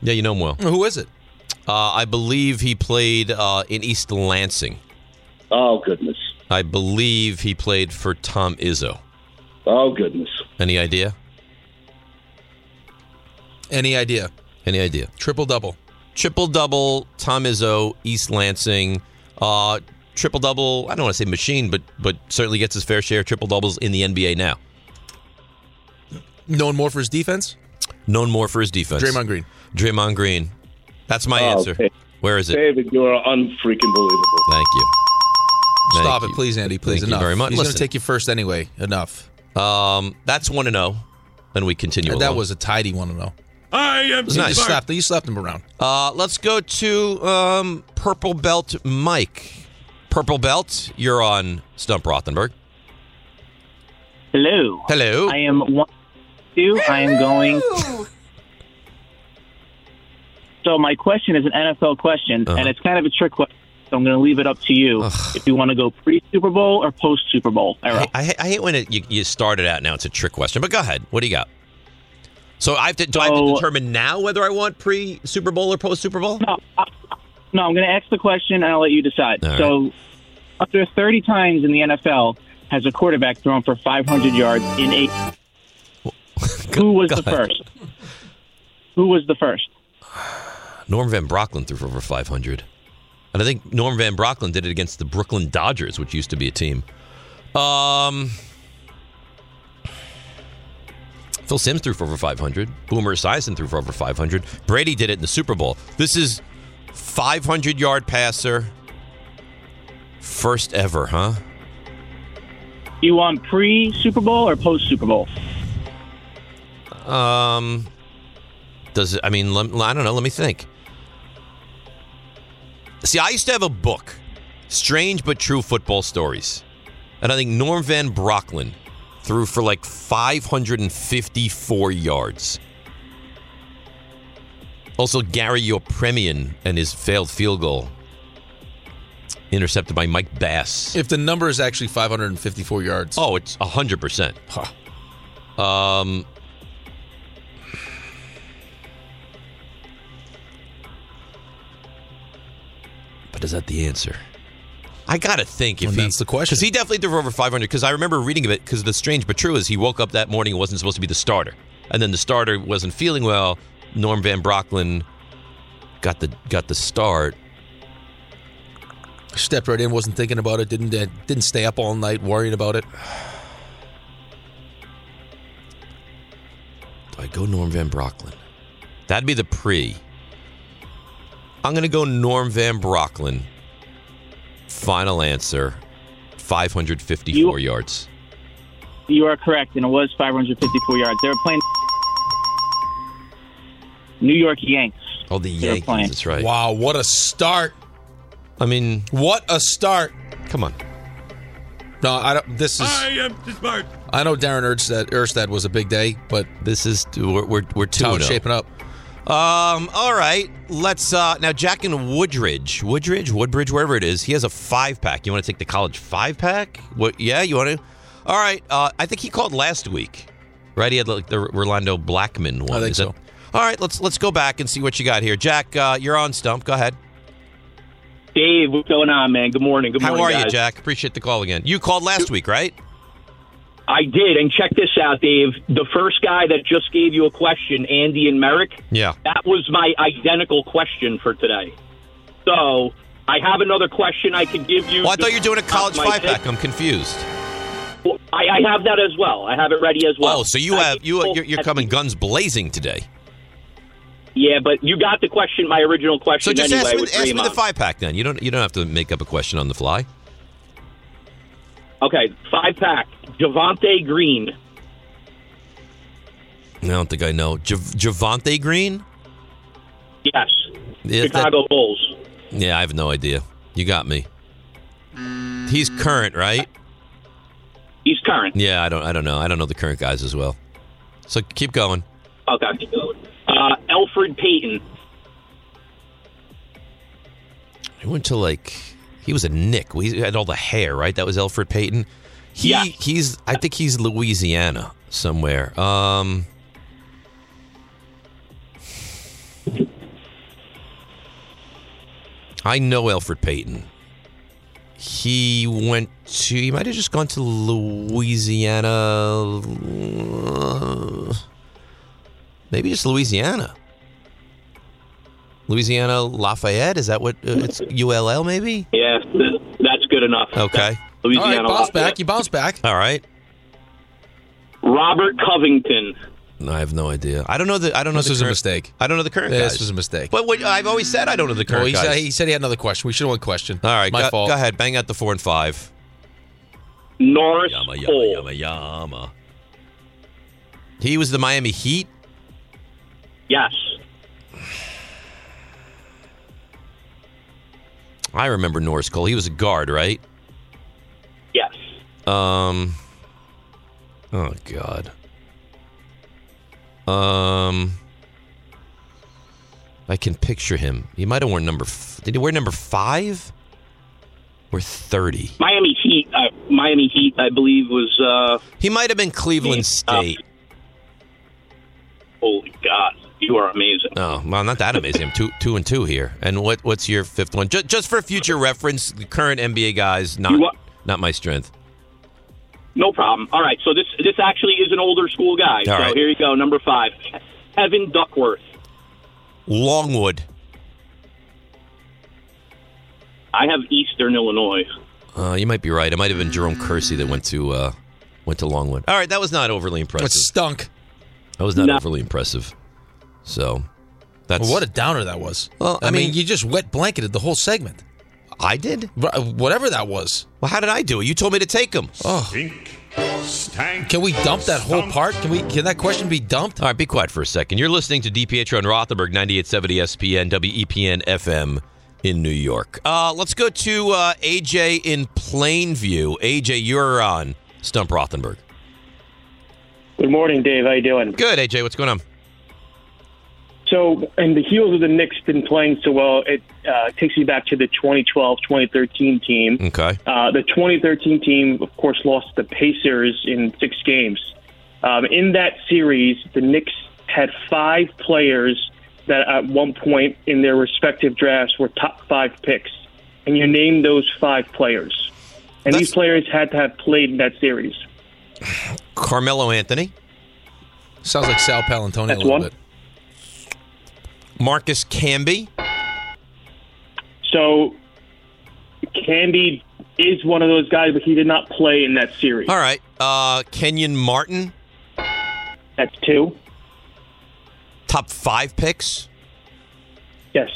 B: Yeah, you know him well.
C: Who is it?
B: Uh, I believe he played uh, in East Lansing.
Q: Oh goodness!
B: I believe he played for Tom Izzo.
Q: Oh goodness!
B: Any idea?
C: Any idea?
B: Any idea?
C: Triple double.
B: Triple double. Tom Izzo, East Lansing. Uh, triple double. I don't want to say machine, but but certainly gets his fair share of triple doubles in the NBA now.
C: Known more for his defense?
B: Known more for his defense.
C: Draymond Green.
B: Draymond Green. That's my answer. Where is it?
Q: David, you are unfreaking believable.
B: Thank you. Thank
C: Stop it,
B: you.
C: please, Andy. Please,
B: Thank
C: enough.
B: you very much.
C: He's going to
B: Listen.
C: take you first anyway. Enough.
B: Um, that's one and zero, and we continue.
C: that
B: along.
C: was a tidy one and zero.
B: I am
C: You just slapped. You slapped him around.
B: Uh, let's go to um, Purple Belt Mike. Purple Belt, you're on Stump Rothenberg.
R: Hello.
B: Hello.
R: I am one, two. I am going. So my question is an NFL question,
B: Uh-huh.
R: and it's kind of a trick question. So I'm going to leave it up to you if you want to go pre Super Bowl or post Super Bowl. All right.
B: I, ha- I hate when it, you, you start it out. Now it's a trick question, but go ahead. What do you got? So I have to do I have to determine now whether I want pre Super Bowl or post Super Bowl? No.
R: No, I'm going to ask the question, and I'll let you decide.
B: All
R: so, up to 30 times in the NFL, has a quarterback thrown for 500 yards in eight. Who was the
B: God.
R: first? Who was the first?
B: Norm Van Brocklin threw for over 500. And I think Norm Van Brocklin did it against the Brooklyn Dodgers, which used to be a team. Um, Phil Simms threw for over 500. Boomer Esiason threw for over 500. Brady did it in the Super Bowl. This is 500 yard passer. First ever, huh?
R: You want pre Super Bowl or post Super Bowl?
B: Um, does it? I mean, lem, I don't know. Let me think. See, I used to have a book, "Strange but True Football Stories," and I think Norm Van Brocklin threw for like 554 yards. Also, Gary Yopremian and his failed field goal intercepted by Mike Bass.
C: If the number is actually 554 yards.
B: Oh, it's 100%. Um, but is that the answer? I gotta think if he, that's the question because he definitely threw for over 500. Because I remember reading of it. Because the strange but true is he woke up that morning and wasn't supposed to be the starter, and then the starter wasn't feeling well. Norm Van Brocklin got the got the start.
C: Stepped right in, wasn't thinking about it, didn't uh, didn't stay up all night worrying about it.
B: Do I go Norm Van Brocklin? That'd be the pre. I'm going to go Norm Van Brocklin. Final answer 554 yards.
R: You are correct, and it was 554 yards. They were playing New York Yanks.
B: Oh, the
R: They're
B: Yankees.
R: playing.
B: That's right.
C: Wow, what a start!
B: I mean,
C: what a start!
B: Come on.
C: No, I don't. This is.
F: I am smart.
C: I know Darren Erstad, Erstad was a big day, but
B: this is we're we're, we're two
C: how
B: and
C: it's
B: oh.
C: shaping up.
B: Um, all right. Let's uh now Jack in Woodridge. Woodridge, Woodbridge, wherever it is, he has a five pack. You want to take the college five pack? What yeah, you want to? All right. Uh I think he called last week. Right? He had like the Rolando Blackman one.
C: I think
B: is it?
C: so.
B: All right, let's let's go back and see what you got here. Jack, uh, you're on stump. Go ahead.
F: Dave, what's going on, man? Good morning. Good
B: How
F: morning.
B: are you,
F: guys.
B: Jack? Appreciate the call again. You called last week, right?
F: I did, and check this out, Dave. The first guy that just gave you a question, Andy and Merrick,
B: Yeah.
F: that was my identical question for today. So I have another question I could give you.
B: Well, I thought you were
F: just
B: doing a
F: off
B: college
F: my
B: five
F: head.
B: pack. I'm confused.
F: I, I have that as well. I have it ready as well.
B: Oh, so you
F: I
B: have
F: think
B: you
F: both
B: you're, you're
F: at
B: coming guns blazing today.
F: Yeah, but you got the question, my original
B: So
F: question
B: just
F: anyway. with
B: ask, me, ask me the
F: Draymond.
B: five pack then. You don't you don't have to make up a question on the fly.
F: Okay, five pack. Javante Green.
B: I don't think I know. Jav- Javante Green?
F: Yes.
B: Yeah, that-
F: Chicago Bulls.
B: Yeah, I have no idea. You got me. He's current, right?
F: He's current.
B: Yeah, I don't I don't know. I don't know the current guys as well. So keep going.
F: Okay. Uh, Alfred Payton.
B: He went to like he was a Nick. He had all the hair, right? That was Alfred Payton. He he's I think he's Louisiana somewhere. Um I know Alfred Payton. He went to he might have just gone to Louisiana uh, maybe just Louisiana. Louisiana Lafayette is that what uh, it's ULL maybe?
F: Yeah, th- that's good enough.
B: Okay.
F: Louisiana.
C: All right, bounce
F: Lafayette.
C: back. You bounce back.
B: All right.
F: Robert Covington.
B: No, I have no idea. I don't know the. I don't know.
C: This
B: the
C: was a
B: current-
C: mistake.
B: I don't know the current.
C: This
B: guys.
C: was a mistake.
B: But what, I've always said I don't know the
C: Well,
B: current.
C: he, said,
B: guys.
C: he said he had another question. We should have one question.
B: All right,
C: my
B: go,
C: fault.
B: Go ahead, bang out the four and five.
F: Norris
B: Yama yama
F: Cole.
B: yama yama. He was the Miami Heat.
F: Yes.
B: I remember Norris Cole. He was a guard, right?
F: Yes.
B: Um. Oh God. Um. I can picture him. He might have worn number. F- Did he wear number five? Or thirty?
F: Miami Heat. Uh, Miami Heat, I believe, was. Uh,
B: he might have been Cleveland State.
F: Holy God, you are amazing.
B: Oh well, not that amazing. I'm two, two and two here. And what, what's your fifth one? Just, just for future reference, the current NBA guys, not, not my strength.
F: No problem. All right, so this this actually is an older school guy.
B: All
F: so
B: right.
F: here you go, number five, Evan Duckworth.
B: Longwood.
F: I have Eastern Illinois.
B: Uh, you might be right. It might have been Jerome Kersey that went to uh, went to Longwood. All right, that was not overly impressive.
C: It stunk.
B: That was not
C: No.
B: overly impressive. So that's
C: Well, what a downer that was.
B: Well,
C: I,
B: I
C: mean,
B: mean-
C: you just wet blanketed the whole segment. uh,
B: I did.
C: Whatever that was.
B: Well, how did I do it? You told me to take him.
C: Oh. Can we dump that whole part? Can we? Can that question be dumped?
B: All right, be quiet for a second. You're listening to DPetro and Rothenberg, 98.70 ESPN, WEPN FM in New York. Uh, let's go to uh, AJ in Plainview. AJ, you're on Stump Rothenberg.
S: Good morning, Dave. How you doing?
B: Good, AJ. What's going on?
S: So, and the heels of the Knicks been playing so well, it uh, takes me back to the 2012-2013 team.
B: Okay.
S: Uh, the 2013 team, of course, lost to the Pacers in six games. Um, in that series, the Knicks had five players that at one point in their respective drafts were top five picks. And you name those five players. And these players had to have played in that series.
B: Carmelo Anthony.
C: Sounds like Sal Palantonio
S: That's one.
B: Marcus Camby.
S: So Candy is one of those guys, but he did not play in that series.
B: All right. Uh, Kenyon Martin.
S: That's two.
B: Top five picks.
S: Yes.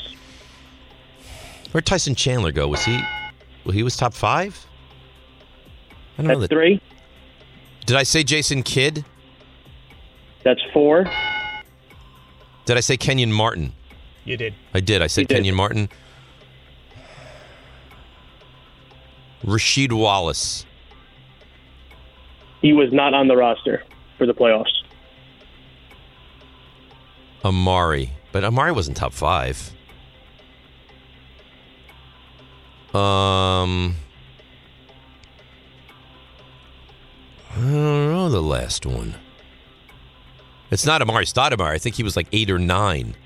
B: Where'd Tyson Chandler go? Was he? Well, he was top five. I don't know that.
S: Three.
B: Did I say Jason Kidd?
S: That's four.
B: Did I say Kenyon Martin?
J: You did.
B: I did. I said Kenyon Martin. Rashid Wallace.
S: He was not on the roster for the playoffs.
B: Amari. But Amari wasn't top five. Um I don't know the last one. It's not Amari Stoudemire. I think he was like eight or nine.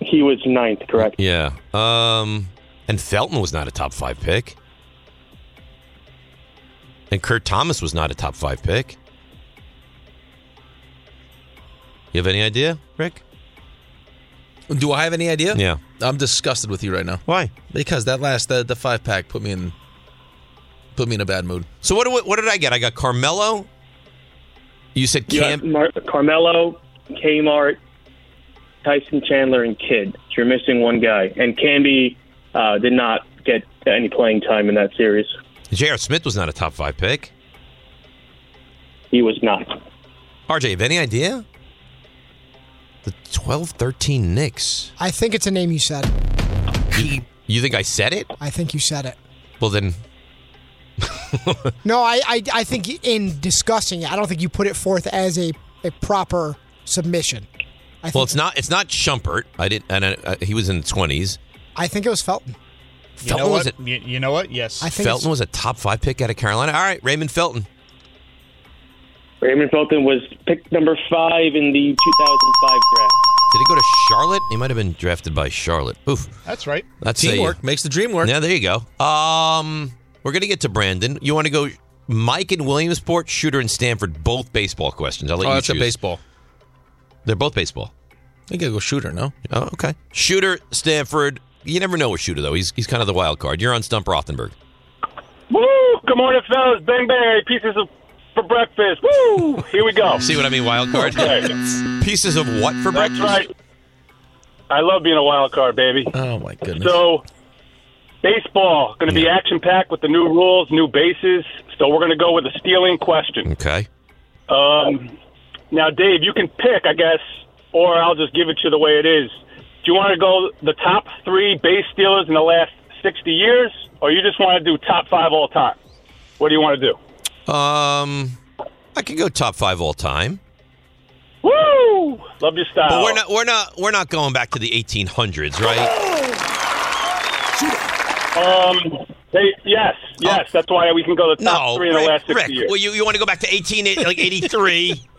S: He was ninth, correct?
B: Yeah. Um and Felton was not a top five pick. And Kurt Thomas was not a top five pick. You have any idea, Rick?
C: Do I have any idea?
B: Yeah.
C: I'm disgusted with you right now.
B: Why?
C: Because that last the, the five pack put me in put me in a bad mood.
B: So what, do we- what did I get? I got Carmelo. You said
S: You
B: Cam.
S: got Mar- Carmelo, Kmart, Tyson Chandler, and Kidd. So you're missing one guy. And Candy uh, did not get any playing time in that series.
B: J.R. Smith was not a top five pick.
S: He was not.
B: RJ, have any idea? The 12 13 Knicks.
E: I think it's a name you said.
B: You, you think I said it?
E: I think you said it.
B: Well, then,
E: No, I, I, I think in discussing it, I don't think you put it forth as a, a proper submission.
B: well, it's not it's not Shumpert. I didn't, and I, uh, he was in the 20s.
E: I think it was Felton.
B: Felton was a,
G: You, you know what? Yes.
B: Felton was a top five pick out of Carolina. All right, Raymond Felton.
S: Raymond Felton was pick number five in the 2005 draft.
B: Did he go to Charlotte? He might have been drafted by Charlotte. Oof.
G: That's right.
B: That's
C: Teamwork
B: makes the dream work. Yeah, there you go. Um, we're gonna get to Brandon. You want to go Mike and Williamsport, Shooter and Stanford, both baseball questions. I'll let
C: Oh,
B: you
C: that's a
B: choose.
C: baseball.
B: They're both baseball.
C: I gotta go shooter, no?
B: Oh, okay. Shooter Stanford. You never know with Shooter though. He's he's kind of the wild card. You're on Stump Rothenberg.
T: Woo! Good morning, fellas. Bang bang, pieces of for breakfast. Woo! Here we go.
B: See what I mean, wild card? Pieces of what for
T: That's
B: breakfast?
T: right. I love being a wild card, baby.
C: Oh my goodness.
T: So, baseball going to be action packed with the new rules, new bases. So we're going to go with a stealing question.
B: Okay.
T: Um, now, Dave, you can pick, I guess, or I'll just give it to you the way it is. Do you want to go the top three base stealers in the last sixty years, or you just want to do top five all time? What do you want to do?
B: Um, I could go top five all time.
T: Woo! Love your style.
B: But we're not we're not we're not going back to the 1800s, right?
T: Um, they, yes,
B: Oh.
T: yes. That's why we can go the top
B: No,
T: three in the
B: Oh, Rick,
T: last 60
B: Rick,
T: years.
B: well, you, you want to go back to 18 like 83?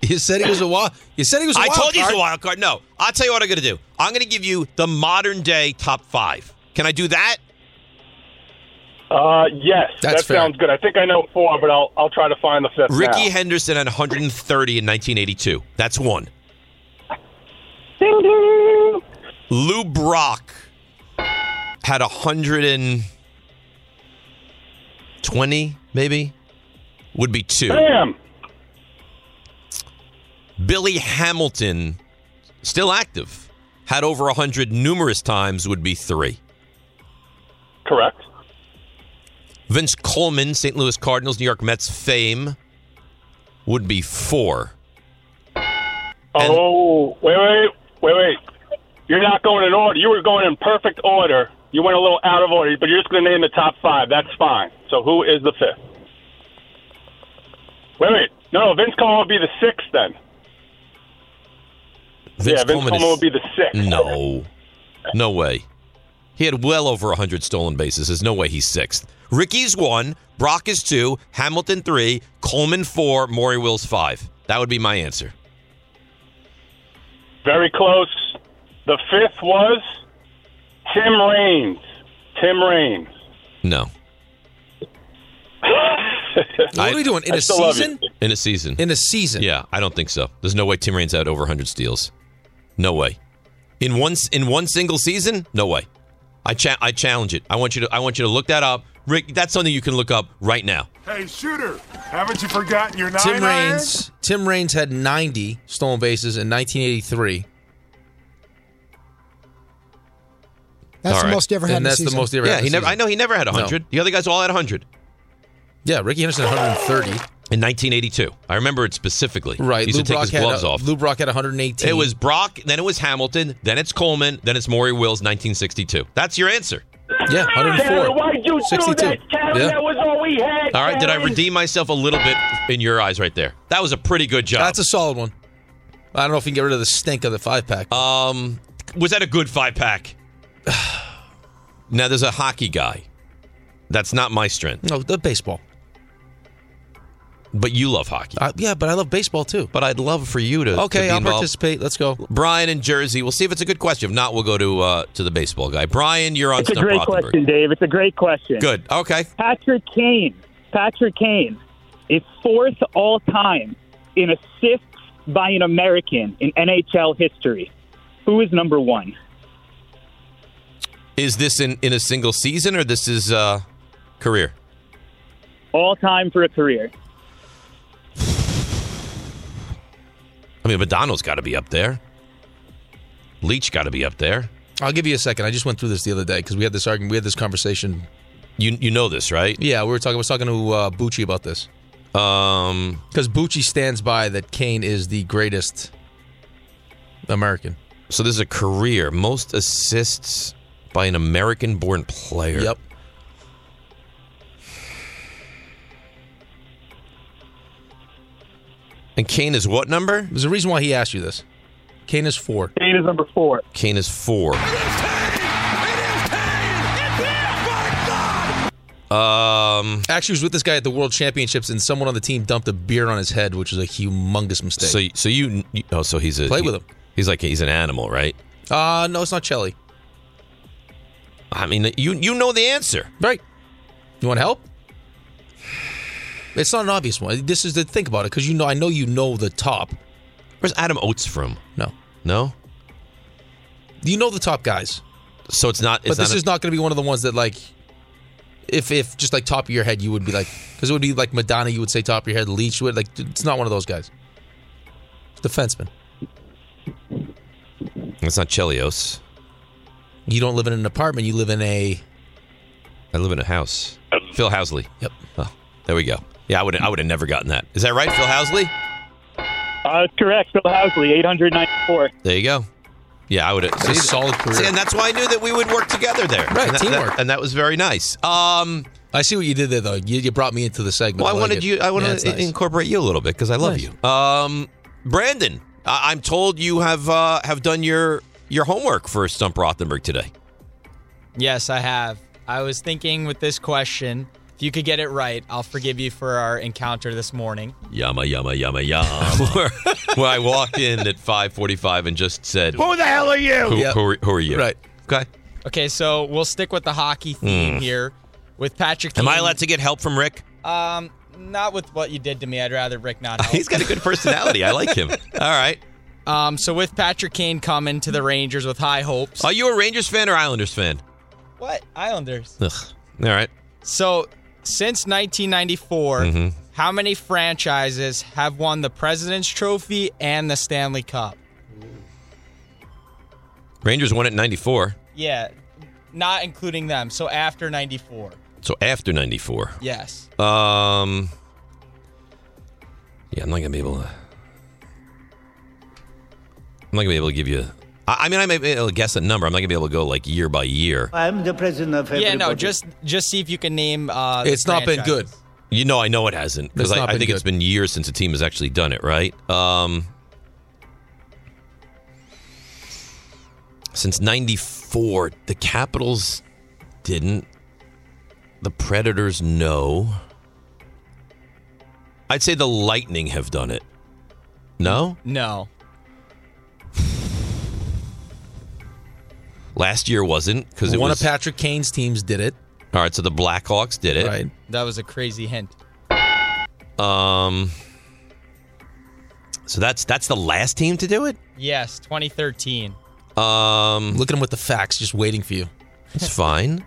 C: You said he was a wild. You said he was. a
B: I
C: wild
B: told you he's a
C: card.
B: wild card. No, I'll tell you what I'm going to do. I'm going to give you the modern day top five. Can I do that?
T: Uh, yes,
B: That's
T: that
B: fair.
T: sounds good. I think I know four, but I'll I'll try to find the fifth.
B: Ricky
T: now.
B: Henderson had 130 in 1982. That's one.
T: Ding, ding.
B: Lou Brock had 120, maybe, would be two.
T: Bam.
B: Billy Hamilton, still active, had over 100 numerous times, would be three.
T: Correct.
B: Vince Coleman, St. Louis Cardinals, New York Mets fame, would be four.
T: Oh, wait, wait, wait, wait. You're not going in order. You were going in perfect order. You went a little out of order, but you're just going to name the top five. That's fine. So who is the fifth? Wait, wait. No, Vince Coleman would be the sixth then. yeah, Vince Coleman,
B: is-
T: would be the sixth.
B: No. No way. He had well over 100 stolen bases. There's no way he's sixth. Ricky's one, Brock is two, Hamilton three, Coleman four, Maury Wills five. That would be my answer.
T: Very close. The fifth was Tim Raines. Tim Raines.
B: No.
T: what
B: I-
T: I still love you.
B: In a season. In
C: a season.
B: Yeah, I don't think so. There's no way Tim Raines had over 100 steals. No way. In one s- in one single season? No way. I cha- I challenge it. I want you to I want you to look that up. Rick, that's something you can look up right now.
A: Hey, shooter, haven't you forgotten your nine
C: Tim
A: iron?
C: Raines. Tim Raines had 90 stolen bases in 1983.
E: That's
C: All
E: the
C: right.
E: most he ever had.
C: And
E: in a
C: that's the
E: season.
C: most he ever
B: yeah,
C: had in
B: he
C: a
B: never. I
C: season.
B: know he never had
C: No.
B: 100. The other guys all had 100.
C: Yeah, Ricky Henderson had 130
B: in 1982. I remember it specifically.
C: Right.
B: He used
C: Lou
B: to take
C: Brock
B: his
C: had
B: gloves
C: a-
B: off.
C: Lou Brock had 118.
B: It was Brock, then it was Hamilton, then it's Coleman, then it's Maury Wills, 1962. That's your answer.
C: Yeah,
A: Tanner, why'd you do that, Tanner?
B: Yeah.
A: That was all we had.
B: All right, did I
A: Tanner.
B: redeem myself a little bit in your eyes right there? That was a pretty good job.
C: That's a solid one. I don't know if you can get rid of the stink of the five pack.
B: Um, was that a good five pack? now there's a hockey guy. That's not my strength.
C: No, the baseball.
B: But you love hockey.
C: yeah, but I love baseball too.
B: But I'd love for you to to
C: Okay,
B: be
C: I'll
B: involved.
C: participate. Let's go.
B: Brian in Jersey. We'll see if it's a good question. If not, we'll go to uh, to the baseball guy. Brian, you're on
R: It's a
B: Stump
R: great
B: Rothenberg.
R: question, Dave. It's a great question.
B: Good. Okay.
R: Patrick Kane. Patrick Kane is fourth all time in assists by an American in NHL history. Who is number one?
B: Is this in, in a single season or this is uh, career?
R: All time for a career.
B: I mean, Madonna's got to be up there. Leach got to be up there.
C: I'll give you a second. I just went through this the other day because we had this argument. We had this conversation.
B: You you know this, right?
C: Yeah, we were talking. I was talking to uh, Bucci about this.
B: Um,
C: because Bucci stands by that Kane is the greatest American.
B: So this is a career. Most assists by an American-born player. Yep. And Kane is what number?
C: There's a reason why he asked you this. Kane is four.
R: Kane is number four.
B: Kane is four. Um,
C: actually, was with this guy at the World Championships, and someone on the team dumped a beer on his head, which was a humongous mistake.
B: So so you you- oh so he's a
C: Play
B: he-
C: with him.
B: He's like he's an animal, right?
C: uh, no, it's not Chelly.
B: I mean, you you know the answer,
C: right? You want help? It's not an obvious one. This is the think about it because you know I know you know the top.
B: Where's Adam Oates from?
C: No,
B: no.
C: You know the top guys.
B: So it's not. It's
C: but this
B: not a-
C: is not going to be one of the ones that like, if if just like top of your head, you would be like, because it would be like Madonna, you would say top of your head, Leach would like, it's not one of those guys. Defenseman.
B: It's not Chelios.
C: You don't live in an apartment. You live in a.
B: I live in a house. Phil Housley.
C: Yep.
B: Oh, there we go. Yeah, I would I would have never gotten that. Is that right, Phil Housley?
R: Uh, correct. Bill Housley, 894.
B: There you go. Yeah, I would have.
C: a solid career.
B: See, and that's why I knew that we would work together there.
C: Right,
B: and that, that-
C: teamwork.
B: and that was very nice. Um,
C: I see what you did there, though. You, you brought me into the segment.
B: Well, I
C: like
B: wanted
C: it.
B: you. I want
C: Yeah, it's
B: to
C: nice.
B: incorporate you a little bit because I love
C: Nice.
B: you. Um, Brandon, I- I'm told you have uh, have done your your homework for Stump Rothenberg today.
H: Yes, I have. I was thinking with this question, if you could get it right, I'll forgive you for our encounter this morning.
B: Yama yama yama yama. where, where I walked in at 5:45 and just said,
H: Who the hell are you?
B: Who,
H: Yep.
B: who, are, who are you?"
H: Right.
B: Okay.
H: Okay, so we'll stick with the hockey theme
B: Mm.
H: here. with Patrick.
B: Am I
H: Kane-
B: allowed to get help from Rick?
H: Um, not with what you did to me. I'd rather Rick not. Help.
B: He's got a good personality. I like him. All right.
H: Um, so with Patrick Kane coming to the Rangers with high hopes.
B: Are you a Rangers fan or Islanders fan?
H: What Islanders?
B: Ugh. All right.
H: So since 1994,
B: Mhm.
C: Mm-hmm.
H: how many franchises have won the President's Trophy and the Stanley Cup?
B: Rangers won it in 94,
H: Yeah, not including them. So after 94.
B: so after 94.
H: Yes.
B: Um. Yeah, I'm not gonna be able to. I'm not gonna be able to give you. I, I mean, I may be able to guess a number. I'm not gonna be able to go like year by year.
H: I'm the president of
B: everybody.
H: Yeah, no, just just see if you can name. Uh, the franchises.
B: You know, I know it hasn't because
H: It's
B: I,
H: not
B: I
H: been
B: think it's
H: good.
B: been years since a team has actually done it, right? Um, since '94, the Capitals didn't. The Predators, no. I'd say the Lightning have done it. No,
H: No.
B: last year wasn't because it
C: One
B: was.
C: of Patrick Kane's teams did it.
B: All right, so the Blackhawks did it.
C: Right.
H: That was a crazy hint.
B: Um. So that's that's the last team to do it.
H: Yes, 2013.
B: Um,
C: look at him with the facts, just waiting for you.
B: It's fine.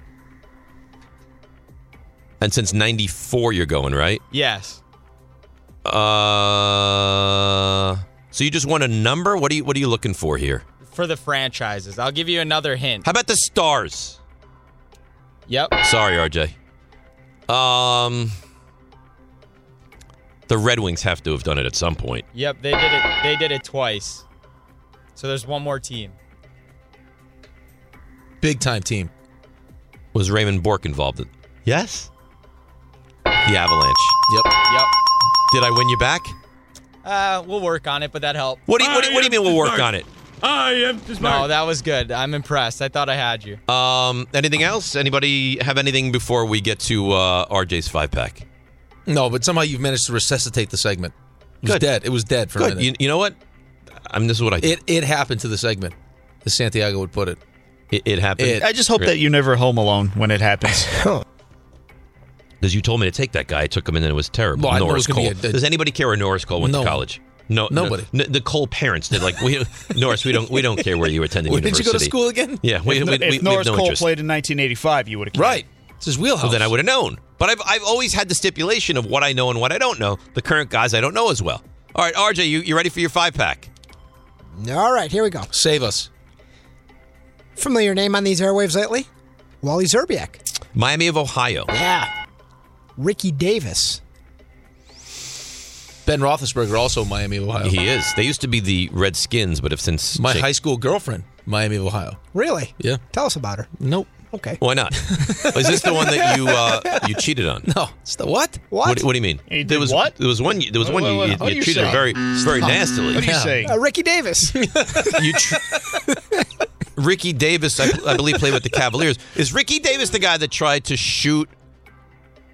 B: And since '94, you're going right.
H: Yes.
B: Uh, so you just want a number? What are you What are you looking for here?
H: For the franchises. I'll give you another hint.
B: How about the Stars?
H: Yep.
B: Sorry, RJ. Um, the Red Wings have to have done it at some point.
H: Yep, they did it. They did it twice. So there's one more team.
C: Big time team.
B: Was Raymond Bork involved? Yes. The Avalanche. Yep.
H: Yep.
B: Did I win you back?
H: Uh, we'll work on it, but that helped.
B: What do you- what do you- what do
G: Ah,
B: you mean we'll work on it?
H: I am No, that was good. I'm impressed. I thought I had you.
B: Um, anything else? Anybody have anything before we get to uh, RJ's five pack?
C: No, but somehow you've managed to resuscitate the segment. It was
B: Good.
C: dead. It was dead for a
B: Good.
C: minute.
B: You, you know what? I mean, this is what I.
C: It it happened to the segment, as Santiago would put it.
B: It, happened. Oh,
G: I just hope that you're never home alone when it happens.
B: Because you told me to take that guy, I took him, and then it was terrible.
G: Well, I know
B: Norris
G: it's gonna
B: Cole.
G: be a- a-
B: Does anybody care where Norris Cole went
C: No
B: to
C: one.
B: college? No,
C: Nobody.
B: No, the Cole parents did like we Norris. We don't. We don't care where you attended
G: Where did
B: university.
G: you go to school again?
B: Yeah, we,
G: if,
B: we,
G: if
B: we, we have
G: Norris
B: no
G: Cole
B: interest.
G: played in 1985, you would have
B: Right.
C: It's his wheelhouse.
B: Well, then I would have known. But I've I've always had the stipulation of what I know and what I don't know. The current guys I don't know as well. All right, RJ, you, you ready for your five pack?
E: All right, here we go.
C: Save us.
E: Familiar name on these airwaves lately? Wally Zerbiak.
B: Miami of Ohio.
E: Yeah. Ricky Davis.
C: Ben Roethlisberger also Miami of Ohio.
B: He is. They used to be the Redskins, but have since
C: My
B: changed-
C: high school girlfriend, Miami of Ohio.
E: Really?
C: Yeah.
E: Tell us about her.
C: Nope.
E: Okay.
B: Why not? Is this the one that you uh, you cheated on?
C: No. It's the what?
B: What? What do you mean? there was what? There was one. you- There was one you,
E: What-
B: you,
E: what- what are you
B: you treated
E: saying?
B: very, very
E: Stop.
B: nastily.
E: What are you saying? Uh, Ricky Davis.
B: You tr- Ricky Davis, I, I believe, played with the Cavaliers. Is Ricky Davis the guy that tried to shoot,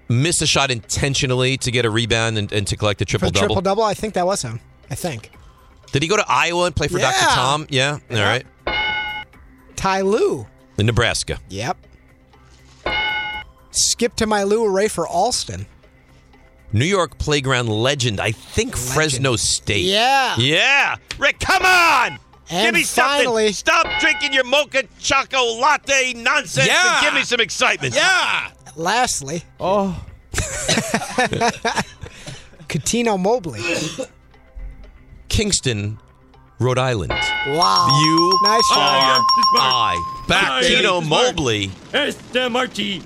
B: miss a shot intentionally to get a rebound and, and to collect a triple
E: For the triple
B: double?
E: double, I think that was him. I think.
B: Did he go to Iowa and play for Dr.
E: Yeah.
B: Tom? Yeah. All right.
E: Ty Lue.
B: In Nebraska.
E: Yep. Skip to my Lou Ray for Alston.
B: New York playground legend. I think Fresno State.
E: Yeah.
B: Yeah. Rick, come on. give
E: And
B: me
E: finally-
B: something. Stop drinking your mocha choco latte nonsense
E: Yeah.
B: and give me some excitement.
C: Yeah.
E: Lastly. Oh. Katino Mobley.
B: Kingston, Rhode Island.
E: Wow.
B: You
E: nice
B: are
E: shot.
B: I. Back
E: I am
B: Tino
E: smart.
B: Mobley
M: SMRT.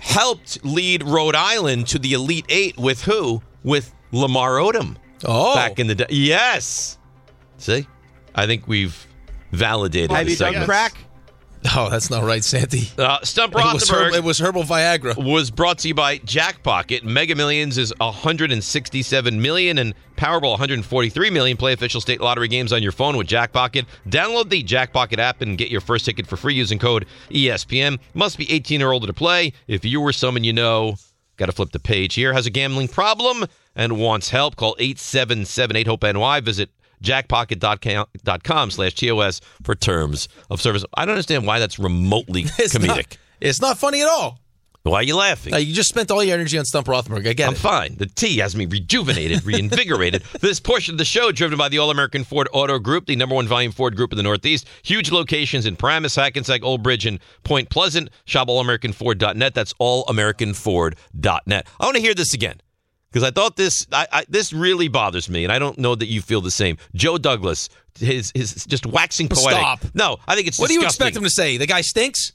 B: helped lead Rhode Island to the Elite Eight with who? With Lamar Odom.
C: Oh.
B: Back in the day. Yes. See? I think we've validated
C: Have
B: this
C: you done
B: segment.
C: crack? Oh, that's not right, Santi.
B: Uh, Stump
C: It was
B: Rothenberg
C: her- it was herbal Viagra.
B: was brought to you by Jackpocket. Mega Millions is 167 million and Powerball 143 million. Play official state lottery games on your phone with Jackpocket. Download the Jackpocket app and get your first ticket for free using code E ESPN. Must be 18 or older to play. If you or someone you know, got to flip the page here, has a gambling problem and wants help, call 8778 HOPE NY. Visit jackpocket.com slash TOS for terms of service. I don't understand why that's remotely comedic.
C: It's not funny at all.
B: Why are you laughing?
C: Now, you just spent all your energy on Stump Rothberg. I get
B: I'm
C: it.
B: fine. The tea has me rejuvenated, reinvigorated. this portion of the show driven by the All American Ford Auto Group, the number one volume Ford group in the Northeast. Huge locations in Paramus, Hackensack, Old Bridge, and Point Pleasant. Shop allamericanford.net. That's allamericanford.net. I want to hear this again because I thought this I, I, this really bothers me, and I don't know that you feel the same. Joe Douglas, his his just waxing poetic.
C: Stop.
B: No, I think it's
C: What do you expect
B: disgusting.
C: him to say? The guy stinks.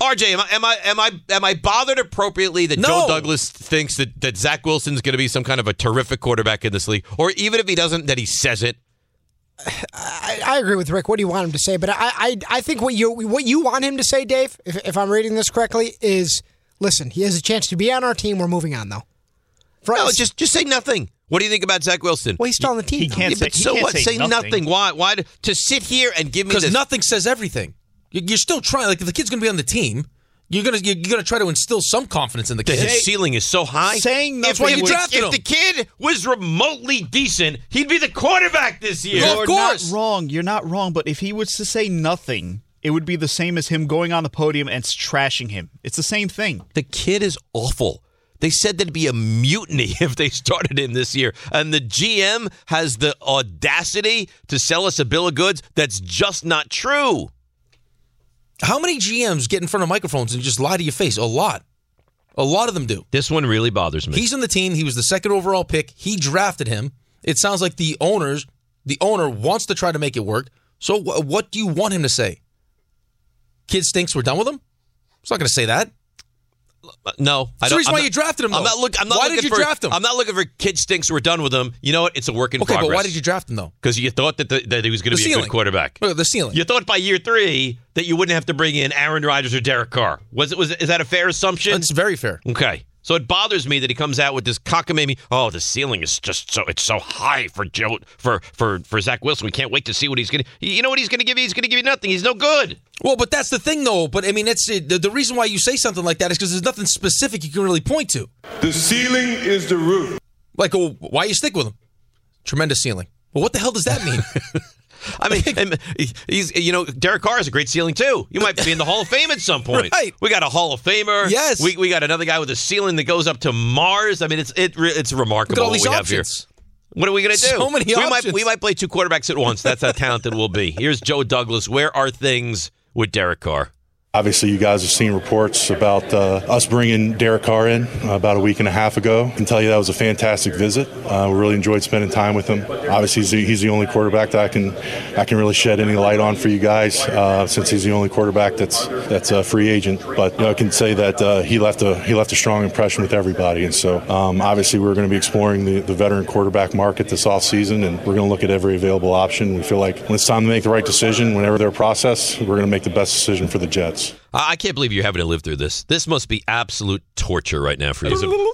B: RJ, am I am I am I am I bothered appropriately that Joe Douglas thinks that that Zach Wilson's going to be some kind of a terrific quarterback in this league, or even if he doesn't, that he says it?
E: I, I agree with Rick. What do you want him to say? But I, I, I think what you what you want him to say, Dave, if, if I'm reading this correctly, is listen. He has a chance to be on our team. We're moving on though. For
B: No,
E: us-
B: just just say nothing. What do you think about Zach Wilson?
E: Well, he's still on the team.
B: He
E: though.
B: can't say- but he so can't what? say Say nothing. nothing. Why? Why to sit here and give me
C: because
B: this-
C: nothing says everything. You- You're still trying. Like if the kid's going to be on the team, you're gonna you're gonna try to instill some confidence in the
B: The
C: kid.
B: ceiling is so high.
C: Saying
B: If-
C: that's why
B: if,
C: you
B: the-
C: drafted
B: if
C: him.
B: the kid was remotely decent, he'd be the quarterback this year.
M: You're not wrong. You're not wrong. But if he was to say nothing, it would be the same as him going on the podium and s- trashing him. It's the same thing.
B: The kid is awful. They said there'd be a mutiny if they started him this year. And the GM has the audacity to sell us a bill of goods that's just not true.
C: How many GMs get in front of microphones and just lie to your face? A lot. A lot of them do.
B: This one really bothers me.
C: He's on the team. He was the second overall pick. He drafted him. It sounds like the owners, the owner wants to try to make it work. So wh- what do you want him to say? Kid stinks. We're done with him. He's not going to say that.
B: Uh, No,
C: That's the reason
B: Oh, I'm
C: why you drafted him,
B: I'm
C: though.
B: not look, I'm not
C: Why
B: looking
C: did you
B: for,
C: draft him?
B: I'm not looking for kid stinks. We're done with him. You know what? It's a work in
C: Okay,
B: progress.
C: but why did you draft him though?
B: Because you thought that the, that he was going
C: The
B: to be a
C: ceiling.
B: good quarterback.
C: Look at the ceiling.
B: You thought by year three that you wouldn't have to bring in Aaron Rodgers or Derek Carr. Was it? Was is that a fair assumption? It's
C: very fair.
B: Okay, so it bothers me that he comes out with this cockamamie. Oh, the ceiling is just so it's so high for Joe for for for Zach Wilson. We can't wait to see what he's going to. You know what he's going to give you? He's going to give you nothing. He's no good.
C: Well, but that's the thing, though. But I mean, that's it. The, the reason why you say something like that is because there's nothing specific you can really point to. The ceiling is the roof. Like, oh, why you stick with him? Tremendous ceiling. Well, what the hell does that mean?
B: I mean, and he's you know Derek Carr is a great ceiling too. You might be in the Hall of Fame at some point.
C: Right.
B: We got a Hall of Famer.
C: Yes.
B: We, we got another guy with a ceiling that goes up to Mars. I mean, it's it re- it's remarkable
C: all
B: what
C: these
B: we
C: options.
B: have here. What are we going to do?
C: So many
B: we might
C: options.
B: we might play two quarterbacks at once. That's how talented we'll be. Here's Joe Douglas. Where are things with Derek Carr?
N: Obviously, you guys have seen reports about uh, us bringing Derek Carr in about a week and a half ago. I can tell you that was a fantastic visit. Uh, we really enjoyed spending time with him. Obviously, he's the, he's the only quarterback that I can I can really shed any light on for you guys uh, since he's the only quarterback that's that's a free agent. But you know, I can say that uh, he left a he left a strong impression with everybody. And so, um, obviously, we're going to be exploring the, the veteran quarterback market this offseason, and we're going to look at every available option. We feel like when it's time to make the right decision, whenever they're processed, we're going to make the best decision for the Jets.
B: I I can't believe you're having to live through this. This must be absolute torture right now for you.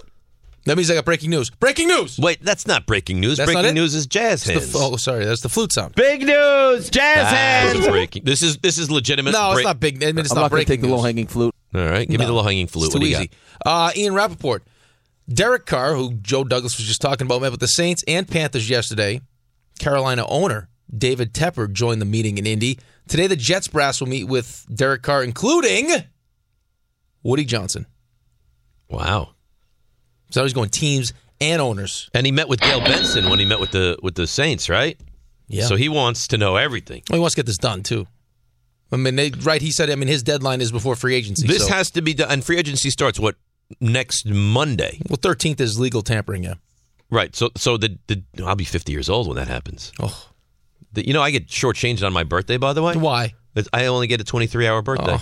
C: That means I got breaking news. Breaking news.
B: Wait, that's not breaking news.
C: That's not
B: breaking
C: it?
B: news is jazz
C: It's the
B: hands.
C: fl- oh, sorry, that's the flute sound.
M: Big news, jazz
B: That was breaking. This is this is legitimate.
C: No, it's
B: break-
C: not big- I mean, it's I'm not not gonna breaking take the news. low-hanging
B: flute. All right, give me the low hanging flute.
C: It's
B: What
C: too
B: do you
C: easy.
B: got?
C: Uh, Ian Rappaport, Derek Carr, who Joe Douglas was just talking about, met with the Saints and Panthers yesterday. Carolina owner David Tepper joined the meeting in Indy. Today, the Jets brass will meet with Derek Carr, including Woody Johnson.
B: Wow.
C: So he's going teams and owners.
B: And he met with Dale Benson when he met with the with the Saints, right?
C: Yeah.
B: So he wants to know everything.
C: Well, he wants to get this done, too. I mean, they, right, he said, I mean, his deadline is before free agency.
B: This
C: so-
B: has to be done. And free agency starts what next Monday.
C: Well, thirteenth is legal tampering. Yeah.
B: Right. So so the, the I'll be fifty years old when that happens.
C: Oh.
B: The, you know I get shortchanged on my birthday. By the way.
C: Why?
B: It's- I only get a twenty three hour birthday.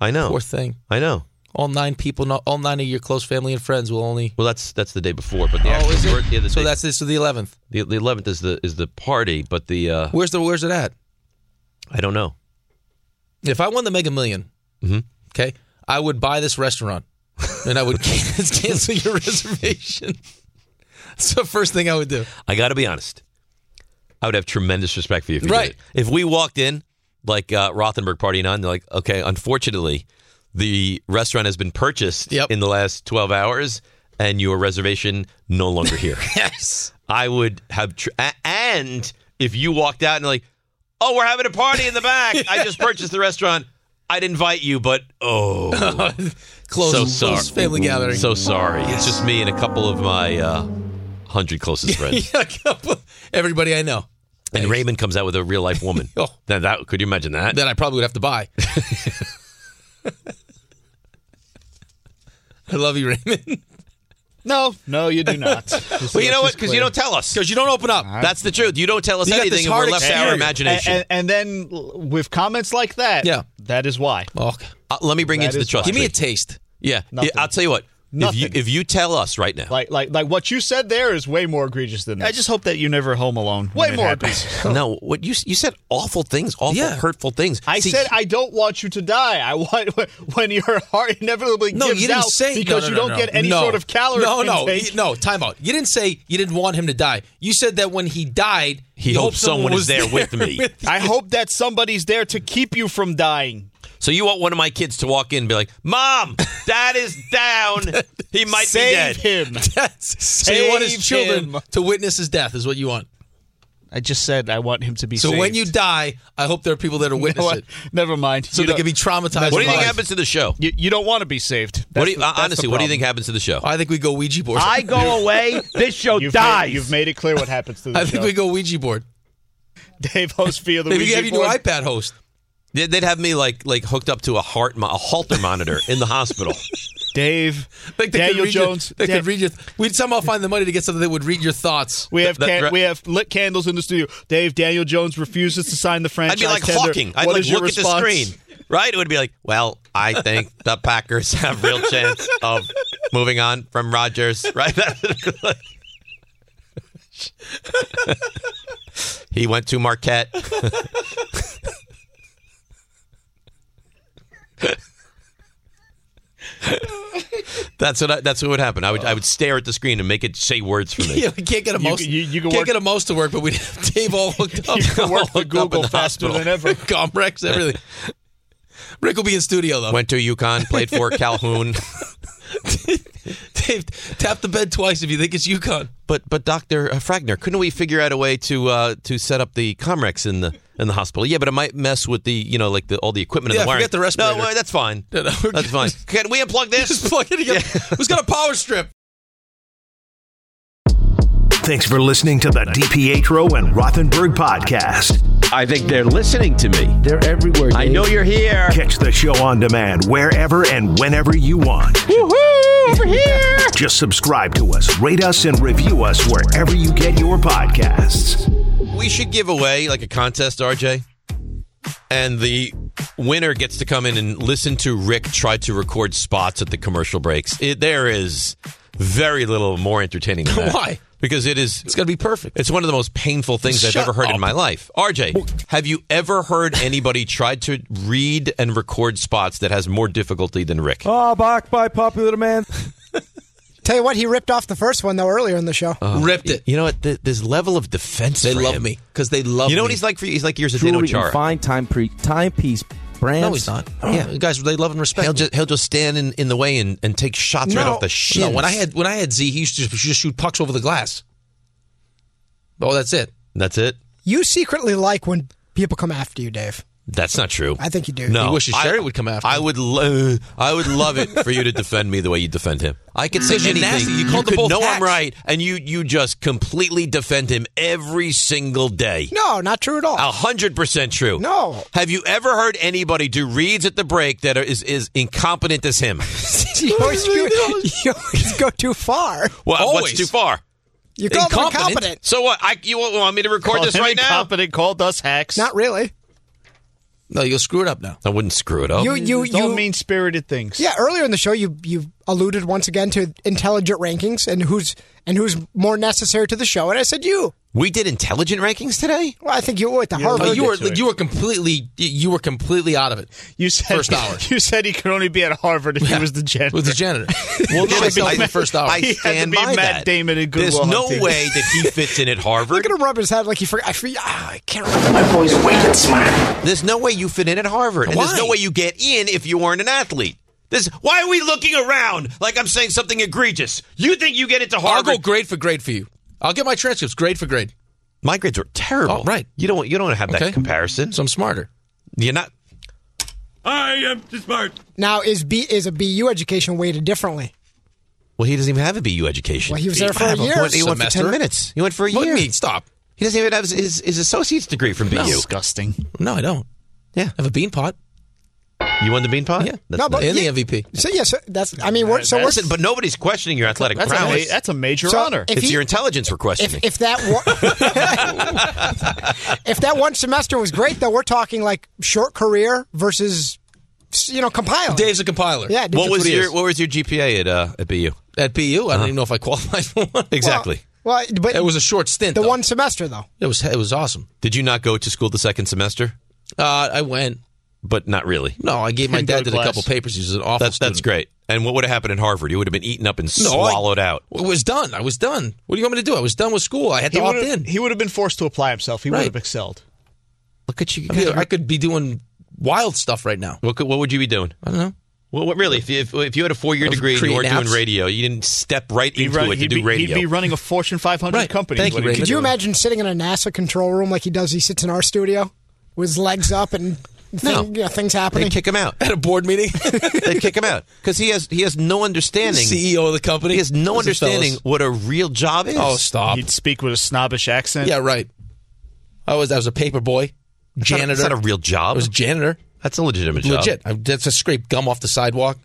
B: I know.
C: Poor thing. Oh.
B: I know.
C: All nine people, not all nine of your close family and friends will only.
B: Well, that's that's the day before, but the actual
C: Oh, is it?
B: birthday of the
C: So
B: day-
C: that's this is the eleventh.
B: the the eleventh is the is the party, but the uh,
C: Where's the where's it at?
B: I don't know.
C: If I won the Mega 1000000
M: Mm-hmm.
C: okay, I would buy this restaurant, and I would can- cancel your reservation. That's the first thing I would do.
B: I got to be honest. I would have tremendous respect for you. If you did
C: Right.
B: it. If we walked in like uh, Rothenberg partying on, they're like, okay, unfortunately, the restaurant has been purchased in the last 12 hours and your reservation no longer here.
C: yes.
B: I would have, tr- a- and if you walked out and like, oh, we're having a party in the back. I just purchased the restaurant. I'd invite you, but oh.
C: Close-
B: so
C: close
B: sorry.
C: family gathering.
B: So sorry. It's just me and a couple of my uh, hundred closest friends.
C: Everybody I know.
B: And Raymond comes out with a real life woman. Now that could you imagine that?
C: Then I probably would have to buy. I love you, Raymond.
M: No, no, you do not.
B: well, you know what? Because you don't tell us. Because
C: you don't open up.
B: That's the truth. You don't tell us
M: You got this
B: anything, and
M: hard
B: we're left to our
M: exterior.
B: imagination.
M: And, and, and then with comments like that,
B: Yeah.
M: that is why.
B: Uh, let me bring you
M: That
B: into the
M: is
B: trust.
M: fine. Give me a
C: taste.
B: Yeah,
M: Nothing.
B: Yeah, I'll tell you what. If you,
M: Nothing.
B: if you tell us right now,
M: Like, like, like what you said there is way more egregious than that. I just hope that you're never home alone.
B: when
M: Way
B: it
M: more
B: happens.
M: egregious.
B: no, what you you said awful things, awful hurtful things.
M: I
B: See,
M: said I don't want you to die. I want when your heart inevitably
C: No,
M: gives
C: you didn't
M: out
C: say
M: because
C: no, no,
M: you
C: no,
M: don't
C: no.
M: get any
C: No.
M: sort of calorie
C: No, no,
M: intake.
C: you- no. Time out. You didn't say you didn't want him to die. You said that when he died,
B: He
C: you
B: hoped
C: hoped
B: someone is
C: was
B: there with me.
M: I hope that somebody's there to keep you from dying.
B: so you want one of my kids to walk in and be like, "Mom, Dad is down. He might
C: Save
B: be dead."
M: him.
C: so you want his
M: Save
C: children
M: him.
C: to witness his death is what you want.
M: I just said I want him to be.
C: So when
M: saved.
C: you die, I hope there are people there to
M: You know
C: witness
M: what?
C: it.
M: never mind.
C: So
M: You
C: they
M: don't-
C: can be traumatized.
B: What do you think
C: alive.
B: happens to the show?
M: You, you don't want to be saved.
B: What
M: That's
B: do you,
M: the- that's the
B: honestly? What do
M: problem.
B: you think happens to the show?
C: I think we go Ouija board.
M: I go away,
C: this show
M: You've
C: dies.
M: Made, you've made it clear what happens to the
C: I think
M: show.
C: we go Ouija board.
M: Dave hosts via the
C: Maybe
M: Ouija
C: have you do
M: board.
C: iPad host.
B: They- They'd have me like like hooked up to a heart mo- a halter monitor in the hospital.
M: Dave,
C: Like they could
M: Daniel
C: read your-
M: Jones.
C: they
M: Dan-
C: could read your. We'd somehow find the money to get something that would read your thoughts.
M: We have
C: That-
M: can-
C: that-
M: we have lit candles in the studio. Dave Daniel Jones refuses to sign the franchise.
B: I'd be like
M: tender.
B: Hawking. I'd
M: What
B: like
M: is your
B: look at the
M: response?
B: screen, right? It would be like, well, I think the Packers have real chance of moving on from Rodgers, right? he went to Marquette. that's what I, that's what would happen. I would I would stare at the screen and make it say words for me.
C: Yeah, we can't get a
B: You
C: mouse.
B: could- you- you could
C: can't
B: work-
C: get a mouse to work, but we'd have Dave all hooked up. You
M: could work the Google
B: faster than
M: ever.
C: Comrex, everything. Rick will be in studio though.
B: Went to UConn, played for Calhoun.
C: Dave, tap the bed twice if you think it's UConn.
B: But but Doctor uh, Fragner, couldn't we figure out a way to uh, to set up the Comrex in the in the hospital? Yeah, but it might mess with the you know like the all the equipment
C: Yeah,
B: and the wiring.
C: forget the respirator.
B: No, well, that's fine. that's fine. Can we unplug this?
C: Just plug it together. Who's got a power strip?
D: Thanks for listening to the DPetro and Rothenberg podcast.
K: I think they're listening to me. They're everywhere. I know you're here.
D: Catch the show on demand wherever and whenever you want.
K: Woohoo! Over here.
D: Just subscribe to us, rate us, and review us wherever you get your podcasts.
B: We should give away like a contest, RJ, and the winner gets to come in and listen to Rick try to record spots at the commercial breaks. It, there is very little more entertaining. Than that.
C: Why?
B: Because it is. It's
C: got to be perfect.
B: It's one of the most painful things I've
C: Shut
B: ever heard
C: up.
B: in my life. RJ, have you ever heard anybody try to read and record spots that has more difficulty than Rick?
E: Oh, back by popular demand. Tell you what, he ripped off the first one though earlier in the show.
B: Uh, y- You know what? Th- this level of defense. They love me
C: because they love.
B: You know what
C: me.
B: he's like for you? He's like years of Dino
K: Jewelry and
B: Chara.
K: fine time pre- timepiece brands. Oh.
C: No, he's not.
B: Oh,
C: Yeah, guys, they love and respect.
B: He'll
C: me.
B: just he'll just stand in, in the way and, and take shots right off the shins.
C: No, when I had when I had Z, he used to just, just shoot pucks over the glass. Oh, that's it.
B: that's it.
E: You secretly like when people come after you, Dave.
B: That's not true.
E: I think you do.
B: No,
E: He wishes Sherry
B: would come after. I would. Lo- I would love it for you to defend me the way you defend him. I
M: Mm.
B: could say
C: Because you're
B: anything.
C: nasty. You called them
B: could
C: both
B: know I'm
C: hacks.
B: right, and you you just completely defend him every single day.
E: No, not true at all.
B: A hundred percent true.
E: No.
B: Have you ever heard anybody do reads at the break that are, is is incompetent as him?
E: you, always, you- you always go too far.
B: Well, what's too far?
E: You called him incompetent.
B: So what? I, you want me to record
M: Called
B: this
M: him
B: right now?
M: incompetent, Called us hacks.
E: Not really.
C: No, you'll screw it up now.
B: I wouldn't screw it up.
E: You- you-
M: Don't
E: you-
M: mean spirited things.
E: Yeah, earlier in the show, you you alluded once again to intelligent rankings and who's and who's more necessary to the show, and I said you.
B: we did intelligent rankings today.
E: Well, I think you were at the Harvard.
C: Oh, you were you were completely you were completely out of it.
M: You said
C: first hour.
M: You said he could only be at Harvard if he was the janitor.
C: With the janitor. Well,
M: He had to be
B: I,
M: Matt-
B: I
M: he had to
B: stand
M: be
B: by
M: Matt
B: that.
M: Damon and
B: There's
M: Goodwill
B: no
M: Hunting.
B: way that he fits in at Harvard.
E: Look at him rub his head like he forgot. I, forgot, ah, I can't remember.
B: My boy's wicked smart. There's no way you fit in at Harvard, and there's
C: Why?
B: no way you get in if you weren't an athlete. This why are we looking around like I'm saying something egregious? You think you get into
C: I'll
B: Harvard?
C: go grade for grade for you. I'll get my transcripts grade for grade.
B: My grades were terrible.
C: Oh, right.
B: You don't you don't have that
C: Okay.
B: comparison.
C: So I'm smarter.
B: You're not.
L: I am too smart.
E: Now, is B is a BU education weighted differently?
B: Well, he doesn't even have a BU education.
E: Well, he was there for a year.
B: He went for ten
E: Semester.
B: minutes. He went for a
E: What do
B: year.
E: you
C: mean? Stop.
B: He doesn't even have his, his, his associate's degree from BU.
C: No.
B: Disgusting.
C: No, I don't.
B: Yeah, I
C: have a bean pot.
B: You won the bean pot. Yeah,
E: No, but
B: and
E: yeah.
B: the MVP.
E: So yes, that's. I mean, we're, so we're,
B: Listen, but nobody's questioning your athletic
E: That's a-
B: prowess.
E: that's a major So honor. if
B: It's
E: he-
B: your intelligence we're questioning.
E: if, if that one, if that one semester was great, though, we're talking like short career versus you know compiling.
C: Dave's a compiler.
E: Yeah,
B: what was your What was your GPA at uh, at BU?
C: At BU, I
B: Uh-huh.
C: don't even know if I qualified for one.
B: Exactly.
E: Well, but
C: it was a short stint.
E: the one semester though.
C: It was it was awesome.
B: Did you not go to school the second semester?
C: Uh, I went.
B: But not really.
C: No, I gave my
B: Didn't go
C: dad
B: to
C: did a
B: class.
C: couple papers. He was an awful.
B: That's that's great. And what would have happened in Harvard? You would have been eaten up and
C: No, I-
B: swallowed out.
C: It was done. I was done. What do you want me to do? I was done with school. I had to
M: He
C: opt
M: would've-
C: in.
M: He would have been forced to apply himself. He
C: Right.
M: would have excelled.
C: Look at you. I, mean, I could be doing wild stuff right now.
B: What could, what would you be doing?
C: I don't know.
B: Well, what, really, if you, if, if you had a four year
C: Of
B: degree and you weren't
C: creating
B: doing
C: apps?
B: radio, you didn't step right
M: He'd
B: into
M: run-
B: it to
M: he'd
B: do
M: be-
B: radio.
M: He'd be running a Fortune 500 company. is what he'd be
E: Could you
M: doing.
E: imagine sitting in a NASA control room like he does? He sits in our studio with his legs up and thing,
B: No.
E: you know, things
B: They'd
E: happening.
B: kick him out
C: at a board meeting.
B: They'd kick him out because he has he has no understanding.
C: CEO of the company.
B: He has no
C: Those are
B: understanding
C: fellas.
B: what a real job is.
C: Oh, stop.
M: He'd speak with a snobbish accent.
C: Yeah, right. I was I was a paper boy,
B: That's not-
C: janitor.
B: that's not a real
C: I
B: job.
C: was janitor.
B: That's a legitimate job.
C: Legit. I, that's a scrape gum off the sidewalk.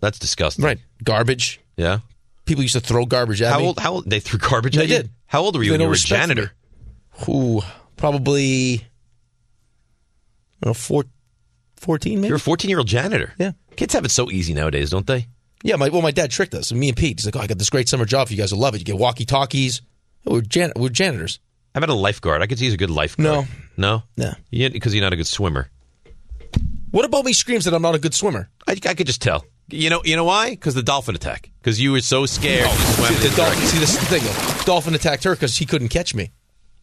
B: That's disgusting.
C: Right. Garbage.
B: Yeah.
C: People used to throw garbage at
B: How
C: me.
B: old? How old? They threw garbage
C: They
B: at you.
C: did.
B: How old were you
C: They
B: when
C: don't
B: you were a
C: respect me.
B: janitor?
C: Ooh, probably I don't know, four, 14 maybe.
B: You're a 14 year old janitor.
C: Yeah.
B: Kids have it so easy nowadays, don't they?
C: Yeah, my well, my dad tricked us. Me and Pete. He's like, "Oh, I got this great summer job. for You guys will love it. You get walkie talkies. We're jan- we're janitors.
B: How about a lifeguard? I could see he's a good lifeguard.
C: No.
B: No?
C: No.
B: Because you're not a good swimmer.
C: What about me screams that I'm not a good swimmer?
B: I, I could just tell. You know you know why? Because the dolphin attack. Because you were so scared. you swam in
C: Oh, The
B: the
C: dolphin,
B: direction.
C: see, this is the thing. though. Dolphin attacked her because he couldn't catch me.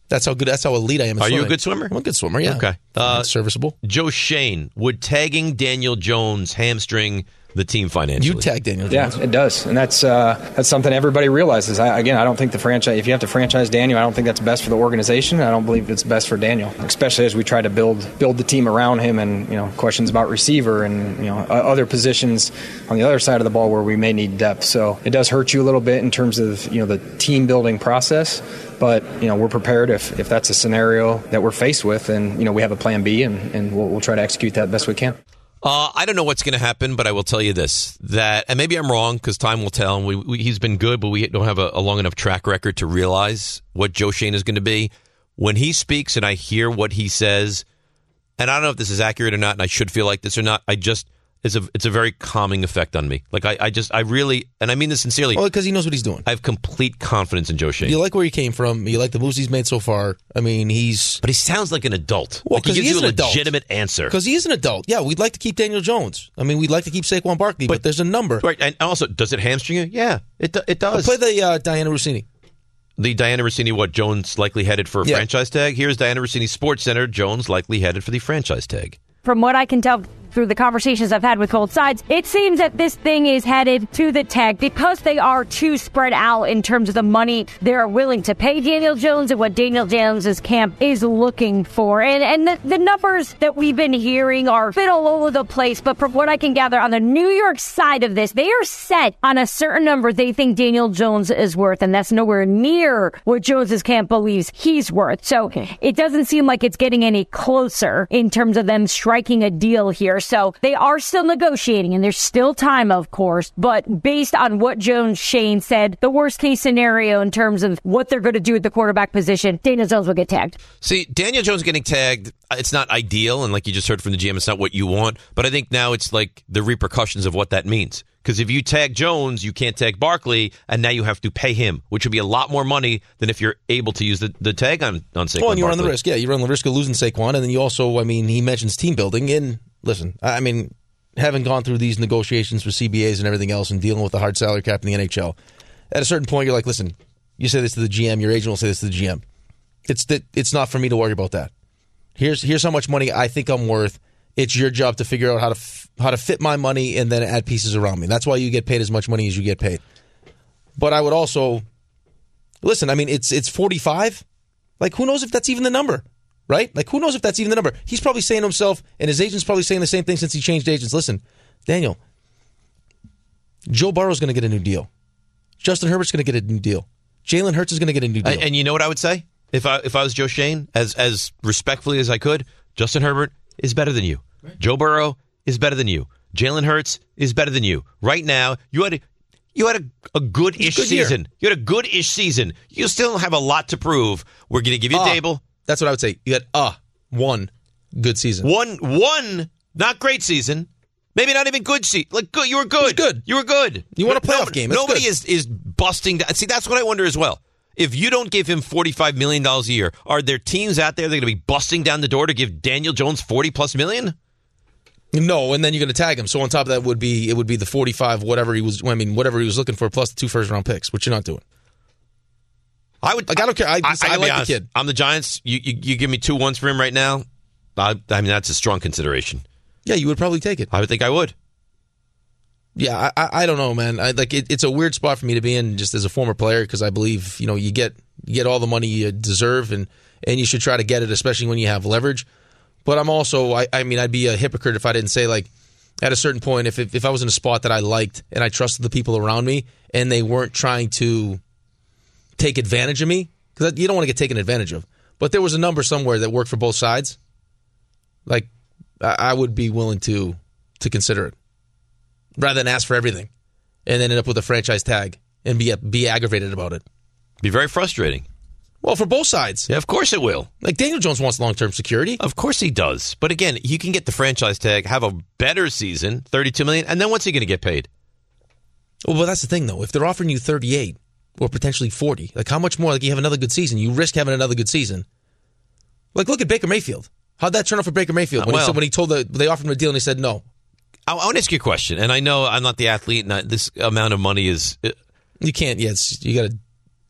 C: That's how good. That's how elite I am. In
B: Are you a
C: swimming.
B: good swimmer?
C: I'm a good swimmer. Yeah.
B: Okay. Uh,
C: serviceable.
B: Joe Shane, would tagging Daniel Jones hamstring the team financially?
C: You tagged Daniel.
P: Yeah, it does, and that's uh, that's something everybody realizes. I, again, I don't think the franchise. If you have to franchise Daniel, I don't think that's best for the organization. and I don't believe it's best for Daniel, especially as we try to build build the team around him, and you know questions about receiver and you know o- other positions on the other side of the ball where we may need depth. So it does hurt you a little bit in terms of you know the team building process. But you know we're prepared if, if that's a scenario that we're faced with, and you know we have a plan B, and, and we'll, we'll try to execute that best we can.
B: Uh, I don't know what's going to happen, but I will tell you this: that, and maybe I'm wrong because time will tell. And we, we, he's been good, but we don't have a, a long enough track record to realize what Joe Shane is going to be when he speaks. And I hear what he says, and I don't know if this is accurate or not, and I should feel like this or not. I just it's a it's a very calming effect on me. Like I, I just I really, and I mean this sincerely.
C: Well, because he knows what he's doing.
B: I have complete confidence in Joe Shane.
C: You like where he came from. You like the moves he's made so far. I mean, he's
B: but he sounds like an adult.
C: Well,
B: Like, he
C: because
B: gives
C: he is
B: you a
C: an adult.
B: legitimate answer.
C: Because he is an adult. Yeah, we'd like to keep Daniel Jones. I mean, we'd like to keep Saquon Barkley, but, there's a number.
B: Right, and also, does it hamstring you? Yeah, it do- it does.
C: Play the uh, Diana Rossini.
B: the Diana Rossini, what Jones likely headed for a
C: Yeah.
B: franchise tag. Here's Diana Rossini Sports Center. Jones likely headed for the franchise tag.
O: From what I can tell through the conversations I've had with both sides, it seems that this thing is headed to the tag because they are too spread out in terms of the money they're willing to pay Daniel Jones and what Daniel Jones's camp is looking for. And and the, the numbers that we've been hearing are a bit all over the place, but from what I can gather on the New York side of this, they are set on a certain number they think Daniel Jones is worth, and that's nowhere near what Jones's camp believes he's worth. So it doesn't seem like it's getting any closer in terms of them striking a deal here. So they are still negotiating, and there's still time, of course. But based on what Jones Shane said, the worst case scenario in terms of what they're going to do at the quarterback position, Daniel Jones will get tagged.
B: See, Daniel Jones getting tagged, uh, it's not ideal. And like you just heard from the GM, it's not what you want. But I think now it's like the repercussions of what that means. Because if you tag Jones, you can't tag Barkley, and now you have to pay him, which would be a lot more money than if you're able to use the, the tag on, on Saquon
C: Oh, and you run the
B: Barkley.
C: risk. Yeah, you run the risk of losing Saquon, and then you also, I mean, he mentions team building. And listen, I I mean, having gone through these negotiations for CBAs and everything else, and dealing with the hard salary cap in the NHL, at a certain point, you're like, listen, you say this to the GM, your agent will say this to the GM. It's that it's not for me to worry about that. Here's here's how much money I think I'm worth. It's your job to figure out how to f- how to fit my money and then add pieces around me. That's why you get paid as much money as you get paid. But I would also listen. I mean, it's it's 45. Like, who knows if that's even the number? right? Like, who knows if that's even the number? He's probably saying to himself, and his agent's probably saying the same thing since he changed agents. Listen, Daniel, Joe Burrow's going to get a new deal. Justin Herbert's going to get a new deal. Jalen Hurts is going to get a new deal.
B: And, and you know what I would say if I if I was Joe Shane, as as respectfully as I could, Justin Herbert is better than you. Joe Burrow is better than you. Jalen Hurts is better than you. Right now, you had a, you had a, a good ish
C: good year.
B: season. You had a good ish season. You still have a lot to prove. We're going to give you a table.
C: Uh, That's what I would say. You had uh one good season.
B: One one not great season. Maybe not even good season. Like good, you were good. good. You were good.
C: You won a playoff
B: Nobody-
C: game. That's
B: Nobody
C: good.
B: is is busting. Down. See, that's what I wonder as well. If you don't give him forty five million dollars a year, are there teams out there that are going to be busting down the door to give Daniel Jones forty plus million?
C: No, and then you're going to tag him. So on top of that would be it would be the 45 whatever he was I mean whatever he was looking for plus the two first round picks, which you're not doing.
B: I would.
C: Like, I don't care. I, I
B: gotta be
C: like the
B: honest.
C: kid.
B: I'm the Giants. You, you you give me two ones for him right now. I, I mean, that's a strong consideration.
C: Yeah, you would probably take it.
B: I would think I would.
C: Yeah, I- I, I don't know, man. I, like it, it's a weird spot for me to be in, just as a former player, because I believe you know you get you get all the money you deserve, and and you should try to get it, especially when you have leverage. But I'm also, I, I mean, I'd be a hypocrite if I didn't say like, at a certain point, if if I was in a spot that I liked and I trusted the people around me, and they weren't trying to take advantage of me, because you don't want to get taken advantage of. But there was a number somewhere that worked for both sides. Like, I, I would be willing to to consider it rather than ask for everything and then end up with a franchise tag and be be aggravated about it.
B: Be very frustrating.
C: Well, for both sides.
B: Yeah, of course it will.
C: Like Daniel Jones wants long term security.
B: Of course he does. But again, he can get the franchise tag, have a better season, thirty-two million, and then what's he going to get paid?
C: Well, but that's the thing though. If they're offering you 38 or potentially 40, like how much more like you have another good season, you risk having another good season. Like look at Baker Mayfield. How'd that turn out for Baker Mayfield when
B: Uh, Well-
C: he said when he told the they offered him a deal and he said no.
B: I, I want to ask you a question, and I know I'm not the athlete, and I, this amount of money is uh,
C: you can't. Yeah, it's, you got to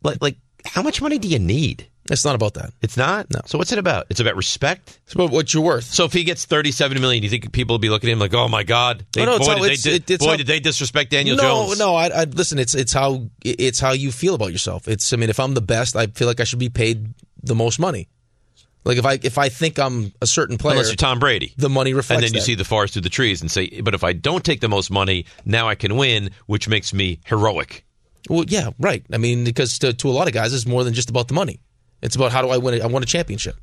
B: like like how much money do you need?
C: It's not about that.
B: It's not. No. So what's it about? It's about respect.
C: It's about what you're worth.
B: So if he gets 37 million, you think people will be looking at him like, "Oh my God, they,
C: Oh, no, it's
B: boy,
C: how-
B: did, they,
C: it's-
B: did,
C: it- it's
B: boy
C: how-
B: did they disrespect Daniel
C: no,
B: Jones?"
C: No, I, I listen. It's it's how it's how you feel about yourself. It's I mean, if I'm the best, I feel like I should be paid the most money. Like if I if I think I'm a certain player,
B: Unless you're Tom Brady,
C: the money reflects.
B: and then you
C: that.
B: see the forest through the trees, and say, "But if I don't take the most money, now I can win, which makes me heroic."
C: Well, yeah, right. I mean, because to, to a lot of guys, it's more than just about the money. It's about how do I win? A, I won a championship.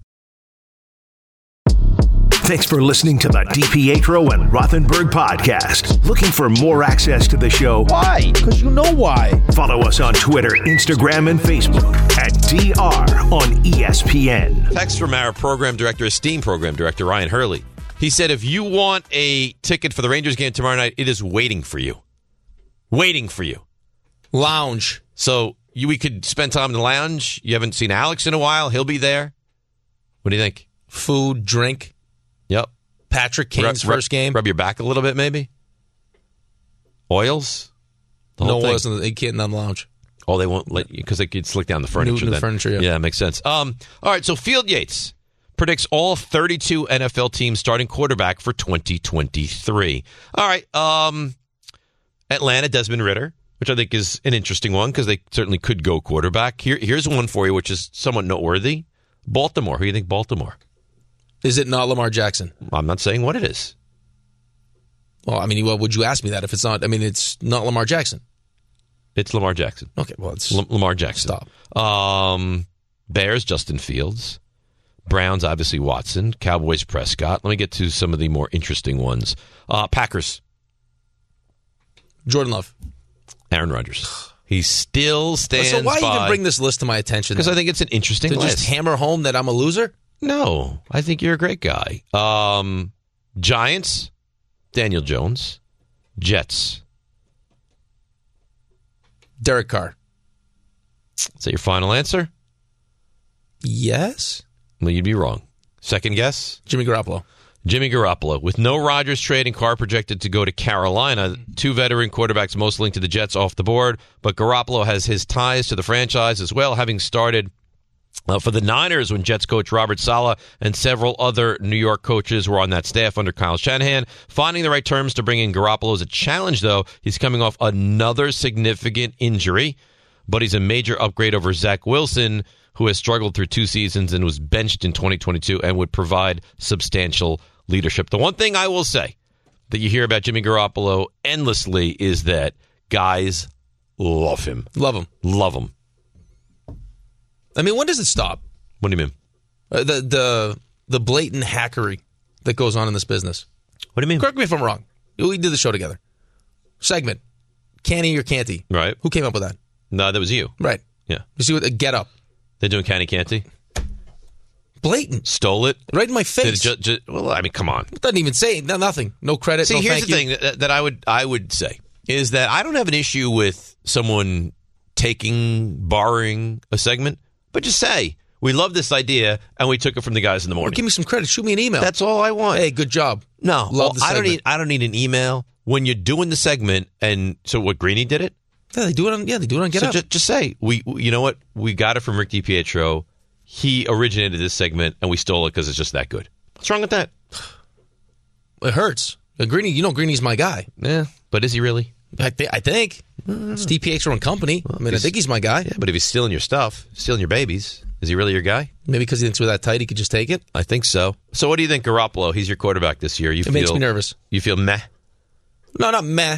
D: Thanks for listening to the DPetro and Rothenberg podcast. Looking for more access to the show? Why? Because you know why. Follow us on Twitter, Instagram, and Facebook at DR on E ESPN.
B: Text from our program director, esteemed program director Ryan Hurley. He said, "If you want a ticket for the Rangers game tomorrow night, it is waiting for you, waiting for you."
C: Lounge.
B: So you, we could spend time in the lounge. You haven't seen Alex in a while. He'll be there. What do you think?
C: Food, drink.
B: Yep.
C: Patrick
B: Rub-
C: Kane's
B: rub-
C: first game.
B: Rub your back a little bit, maybe. Oils. The
C: No
B: whole thing.
C: oils in the they can't in the lounge.
B: Oh, they won't let you because they could slick down the furniture.
C: the
B: then.
C: furniture, yeah.
B: yeah, makes sense. Um, all right. So Field Yates predicts all 32 NFL teams starting quarterback for 2023. All right. Um, Atlanta Desmond Ritter, which I think is an interesting one because they certainly could go quarterback. Here, here's one for you, which is somewhat noteworthy. Baltimore. Who do you think Baltimore?
C: Is it not Lamar Jackson?
B: I'm not saying what it is.
C: Well, I mean, well, would you ask me that if it's not? I mean, it's not Lamar Jackson.
B: It's Lamar Jackson.
C: Okay, well, it's
B: L- Lamar Jackson. Stop. Um, Bears, Justin Fields. Browns, obviously Watson. Cowboys, Prescott. Let me get to some of the more interesting ones. Uh, Packers,
C: Jordan Love.
B: Aaron Rodgers. He still stands.
C: So why
B: by,
C: even bring this list to my attention?
B: Because I
C: then?
B: think it's an interesting
C: to
B: list.
C: just hammer home that I'm a loser.
B: no, I think you're a great guy. Um, Giants, Daniel Jones. Jets.
C: Derek Carr.
B: Is that your final answer?
C: Yes.
B: Well, you'd be wrong. Second guess?
C: Jimmy Garoppolo.
B: Jimmy Garoppolo. With no Rodgers trade and Carr projected to go to Carolina,
C: Mm-hmm.
B: two veteran quarterbacks most linked to the Jets off the board, but Garoppolo has his ties to the franchise as well, having started uh, for the Niners when Jets coach Robert Sala and several other New York coaches were on that staff under Kyle Shanahan. Finding the right terms to bring in Garoppolo is a challenge, though. He's coming off another significant injury. but he's a major upgrade over Zach Wilson, who has struggled through two seasons and was benched in 2022 and would provide substantial leadership. The one thing I will say that you hear about Jimmy Garoppolo endlessly is that guys love him.
C: Love him.
B: Love him.
C: I mean, when does it stop?
B: What do you mean?
C: Uh, the the the blatant hackery that goes on in this business.
B: What do you mean?
C: Correct me if I'm wrong. We did the show together. Segment. Canny or Canty?
B: Right.
C: Who came up with that?
B: No, that was you.
C: Right.
B: Yeah.
C: You see what? Uh, get up.
B: They're doing Canny Canty.
C: Blatant.
B: Stole it.
C: Right in my
B: Did
C: face.
B: it ju- ju- well, I mean, come on.
C: Doesn't even say no, nothing. No credit.
B: See,
C: no
B: here's
C: thank
B: the
C: you.
B: thing that, that I would I would say is that I don't have an issue with someone taking borrowing a segment, but just say we love this idea and we took it from the guys in the morning.
C: Give me some credit. Shoot me an email.
B: That's all I want.
C: Hey, good job.
B: No,
C: love
B: well,
C: the
B: I don't
C: segment.
B: e- need I don't need an email when you're doing the segment. And so what? Greeny did it.
C: Yeah, they do it on. Yeah, they do it on. Get
B: so
C: up.
B: ju- Just, say we. we- You know what? We got it from Rick DiPietro. He originated this segment, and we stole it because it's just that good. What's wrong with that?
C: It hurts. Uh, Greeny, you know Greeny's my guy.
B: Yeah, but is he really?
C: I, thi- I think it's DPH and company. I mean, I think he's my guy.
B: Yeah, but if he's stealing your stuff, stealing your babies, is he really your guy?
C: Maybe because he thinks we're that tight, he could just take it.
B: I think so. So, what do you think, Garoppolo? He's your quarterback this year. You
C: It
B: feel,
C: makes me nervous.
B: You feel meh.
C: No, not meh.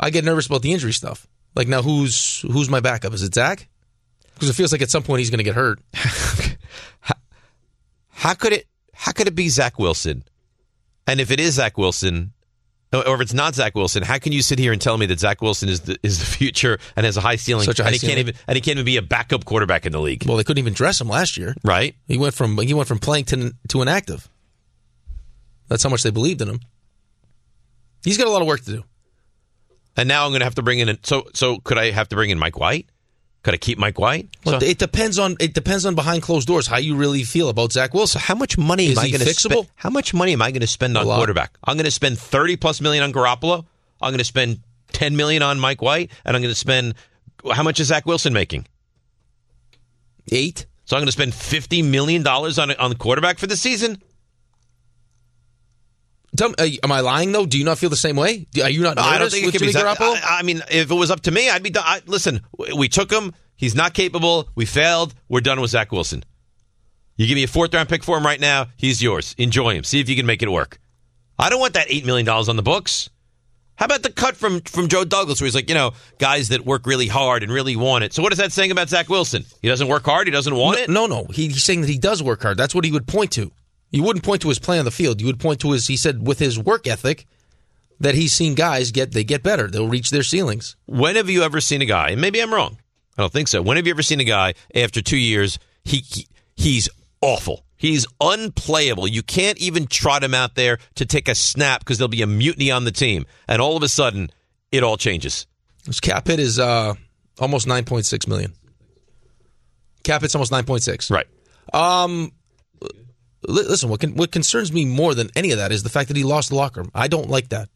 C: I get nervous about the injury stuff. Like now, who's who's my backup? Is it Zach? Because it feels like at some point he's going to get hurt.
B: How could it? How could it be Zach Wilson? And if it is Zach Wilson, or or if it's not Zach Wilson, how can you sit here and tell me that Zach Wilson is the is the future and has a high ceiling?
C: Such a high
B: and he
C: ceiling.
B: can't even and he can't even be a backup quarterback in the league,
C: Well, they couldn't even dress him last year.
B: right?
C: He went from he went from playing to to inactive. That's how much they believed in him. He's got a lot of work to do.
B: And now I'm going to have to bring in. An, so so could I have to bring in Mike White? Could I keep Mike White?
C: Well, it depends on it depends on behind closed doors how you really feel about Zach Wilson.
B: How much money
C: is
B: am I
C: he
B: going to
C: fixable?
B: spend? How much money am I going to spend on
C: lot.
B: quarterback? I'm going to spend 30 plus million on Garoppolo. I'm going to spend 10 million on Mike White, and I'm going to spend how much is Zach Wilson making?
C: Eight.
B: So I'm going to spend 50 million dollars on on the quarterback for the season.
C: Tell me, uh, am I lying though? Do you not feel the same way? Do- Are you not?
B: No, I don't
C: nervous
B: think it
C: with
B: could be
C: Jimmy
B: Zach.
C: Garoppolo?
B: I, I mean, if it was up to me, I'd be done. I, listen, w- we took him. He's not capable. We failed. We're done with Zach Wilson. You give me a fourth round pick for him right now. He's yours. Enjoy him. See if you can make it work. I don't want that eight million dollars on the books. How about the cut from from Joe Douglas, where he's like, you know, guys that work really hard and really want it. So what is that saying about Zach Wilson? He doesn't work hard. He doesn't want it.
C: No, no. He, he's saying that he does work hard. That's what he would point to. You wouldn't point to his play on the field. You would point to his. He said with his work ethic that he's seen guys get they get better. They'll reach their ceilings.
B: When have you ever seen a guy? And maybe I'm wrong. I don't think so. When have you ever seen a guy after two years? He, he he's awful. He's unplayable. You can't even trot him out there to take a snap because there'll be a mutiny on the team, and all of a sudden, it all changes.
C: His cap hit is uh, almost nine point six million. Cap hit's almost nine point six.
B: Right.
C: Um. li- Listen, what con- what concerns me more than any of that is the fact that he lost the locker room. I don't like that.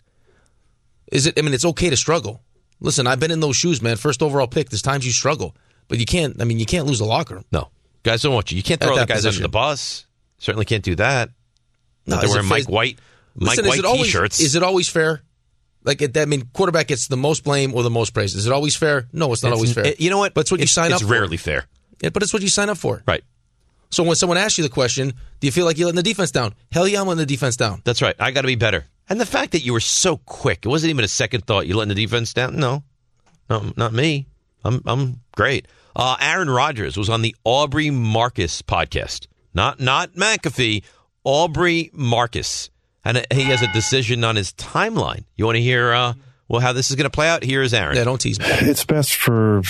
C: Is it? I mean, it's okay to struggle. Listen, I've been in those shoes, man. First overall pick. There's times you struggle, but you can't. I mean, you can't lose the locker room.
B: No, guys don't want you. You can't
C: At
B: throw the
C: that
B: guys under
C: position.
B: the bus. Certainly can't do that.
C: No,
B: Not
C: is
B: they're
C: it
B: wearing
C: fair-
B: Mike White, Mike
C: Listen, is
B: White
C: it always,
B: t-shirts.
C: Is it always fair? Like it, I mean, quarterback gets the most blame or the most praise. Is it always fair? No, it's not always fair.
B: You know what?
C: But it's what you
B: It's-
C: sign
B: it's
C: up.
B: rarely fair.
C: Yeah, but it's what you sign up for.
B: Right.
C: So when someone asks you the question, do you feel like you're letting the defense down? Hell yeah, I'm letting the defense down.
B: That's right. I got to be better. And the fact that you were so quick, it wasn't even a second thought. You letting the defense down? No, no, not me. I'm I'm great. Uh, Aaron Rodgers was on the Aubrey Marcus podcast. Not not McAfee. Aubrey Marcus, and uh, he has a decision on his timeline. You want to hear? Uh, well, how this is going to play out? Here is Aaron.
C: Yeah, don't tease me.
L: It's best for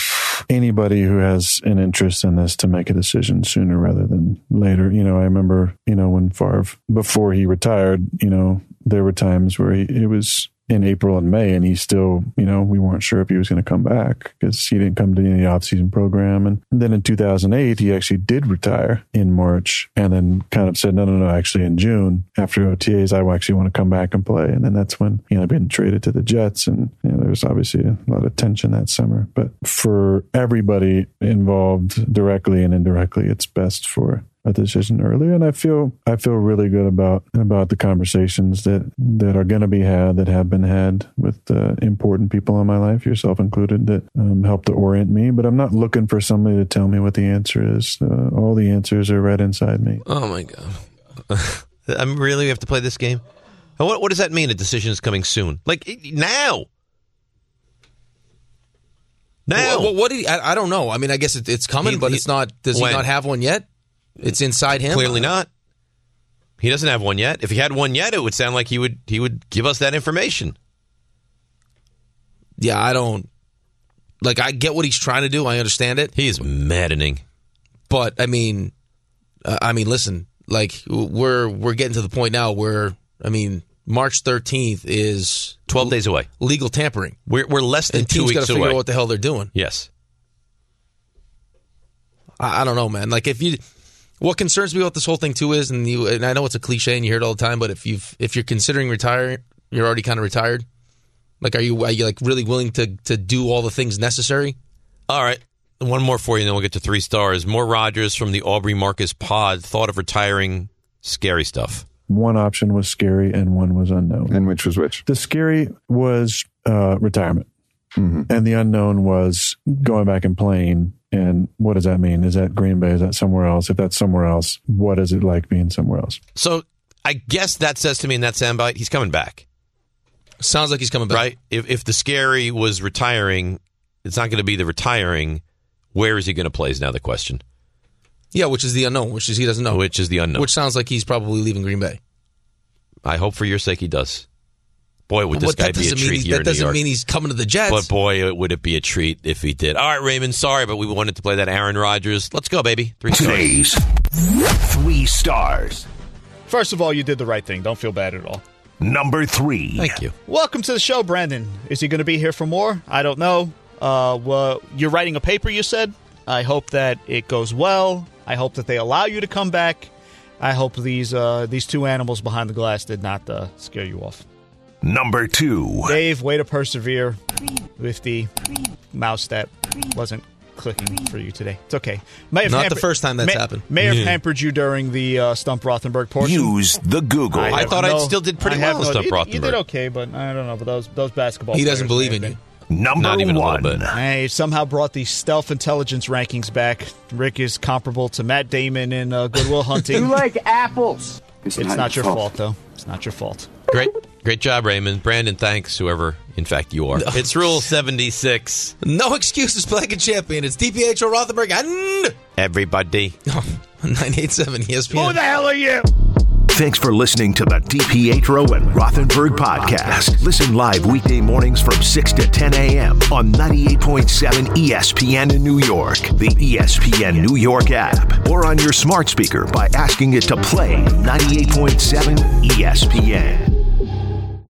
L: anybody who has an interest in this to make a decision sooner rather than later. You know, I remember, you know, when Favre, before he retired, you know, there were times where he, it was in April and May and he still, you know, we weren't sure if he was going to come back because he didn't come to any offseason program. And then in 2008, he actually did retire in March and then kind of said, no, no, no, actually in June after OTAs, I actually want to come back and play. And then that's when, you know, being traded to the Jets and, you know, there was obviously a lot of tension that summer. But for everybody involved directly and indirectly, it's best for a decision earlier, and I feel I feel really good about about the conversations that that are going to be had, that have been had with uh, important people in my life, yourself included, that um, help to orient me. But I'm not looking for somebody to tell me what the answer is. Uh, all the answers are right inside me.
B: Oh my god! I'm really we have to play this game. What, what does that mean? A decision is coming soon, like i- now.
C: Now, well, what? Did he, I, I don't know. I mean, I guess it, it's coming,
B: He-
C: but
B: he-
C: it's not. Does
B: when?
C: he not have one yet? It's inside him.
B: Clearly not. He doesn't have one yet. If he had one yet, it would sound like he would he would give us that information.
C: Yeah, I don't. Like, I get what he's trying to do. I understand it.
B: He is maddening.
C: But I mean, uh, I mean, listen. Like, we're we're getting to the point now where I mean, March thirteenth is
B: twelve days away.
C: Legal tampering.
B: We're we're less than
C: and
B: two
C: teams
B: weeks
C: gotta figure
B: away.
C: out what the hell they're doing.
B: yes.
C: I, I don't know, man. Like if you, what concerns me about this whole thing too is, and you, and I know it's a cliche and you hear it all the time, but if you've if you're considering retiring, you're already kind of retired. Like, are you are you like really willing to to do all the things necessary?
B: All right. One more for you, and then we'll get to three stars. More Rogers from the Aubrey Marcus pod. Thought of retiring. Scary stuff.
L: One option was scary, and one was unknown. And which was which? The scary was uh, retirement, and the unknown was going back and playing. And what does that mean? Is that Green Bay? Is that somewhere else? If that's somewhere else, what is it like being somewhere else?
B: So I guess that says to me in that soundbite, he's coming back.
C: Sounds like he's coming back.
B: Right? If, if the scary was retiring, it's not going to be the retiring. Where is he going to play is now the question,
C: Yeah, which is the unknown, which is he doesn't know,
B: which is the unknown.
C: which sounds like he's probably leaving Green Bay.
B: I hope for your sake he does. Boy, would this
C: But
B: guy
C: that
B: be a
C: doesn't mean
B: treat
C: he's-
B: here
C: that
B: in New
C: doesn't
B: York.
C: mean he's coming to the Jets.
B: But boy, it- would it be a treat if he did. All right, Raymond, sorry, but we wanted to play that Aaron Rodgers. Let's go, baby. Three stars.
D: Three stars.
M: First of all, you did the right thing. Don't feel bad at all.
D: Number three.
B: Thank you.
M: Welcome to the show, Brandon. Is he going to be here for more? I don't know. Uh, well, you're writing a paper, you said. I hope that it goes well. I hope that they allow you to come back. I hope these uh, these two animals behind the glass did not uh, scare you off.
D: Number two.
M: Dave, way to persevere with the mouse that wasn't clicking for you today. It's okay.
C: Not the first time that's
M: may,
C: happened.
M: May have
C: Yeah.
M: hampered you during the uh, Stump Rothenberg portion.
D: Use the Google.
B: I
M: have
B: thought I still did pretty
M: I have
B: well in
M: no-
B: Stump
M: you did- You
B: Rothenberg.
M: did okay, but I don't know. But those those basketball.
C: He doesn't
M: players
C: believe in
M: may have
C: you.
D: Number
B: Not even a little bit.
M: been- Hey, somehow brought the stealth intelligence rankings back. Rick is comparable to Matt Damon in uh, Goodwill Hunting.
A: You like apples.
M: it's not your fault, though. It's not your fault.
B: Great, great job, Raymond. Brandon, thanks, whoever, in fact, you are. It's Rule 76.
C: No excuses, black and champion. It's DPHO Rothenberg and
B: Everybody.
C: 987 ESPN.
D: Who the
C: hell are you?
D: Thanks for listening to the DPetro and Rothenberg podcast. Listen live weekday mornings from 6 to 10 a.m. on 98.7 ESPN in New York, the E ESPN New York app, E or on your smart speaker by asking it to play 98.7 ESPN.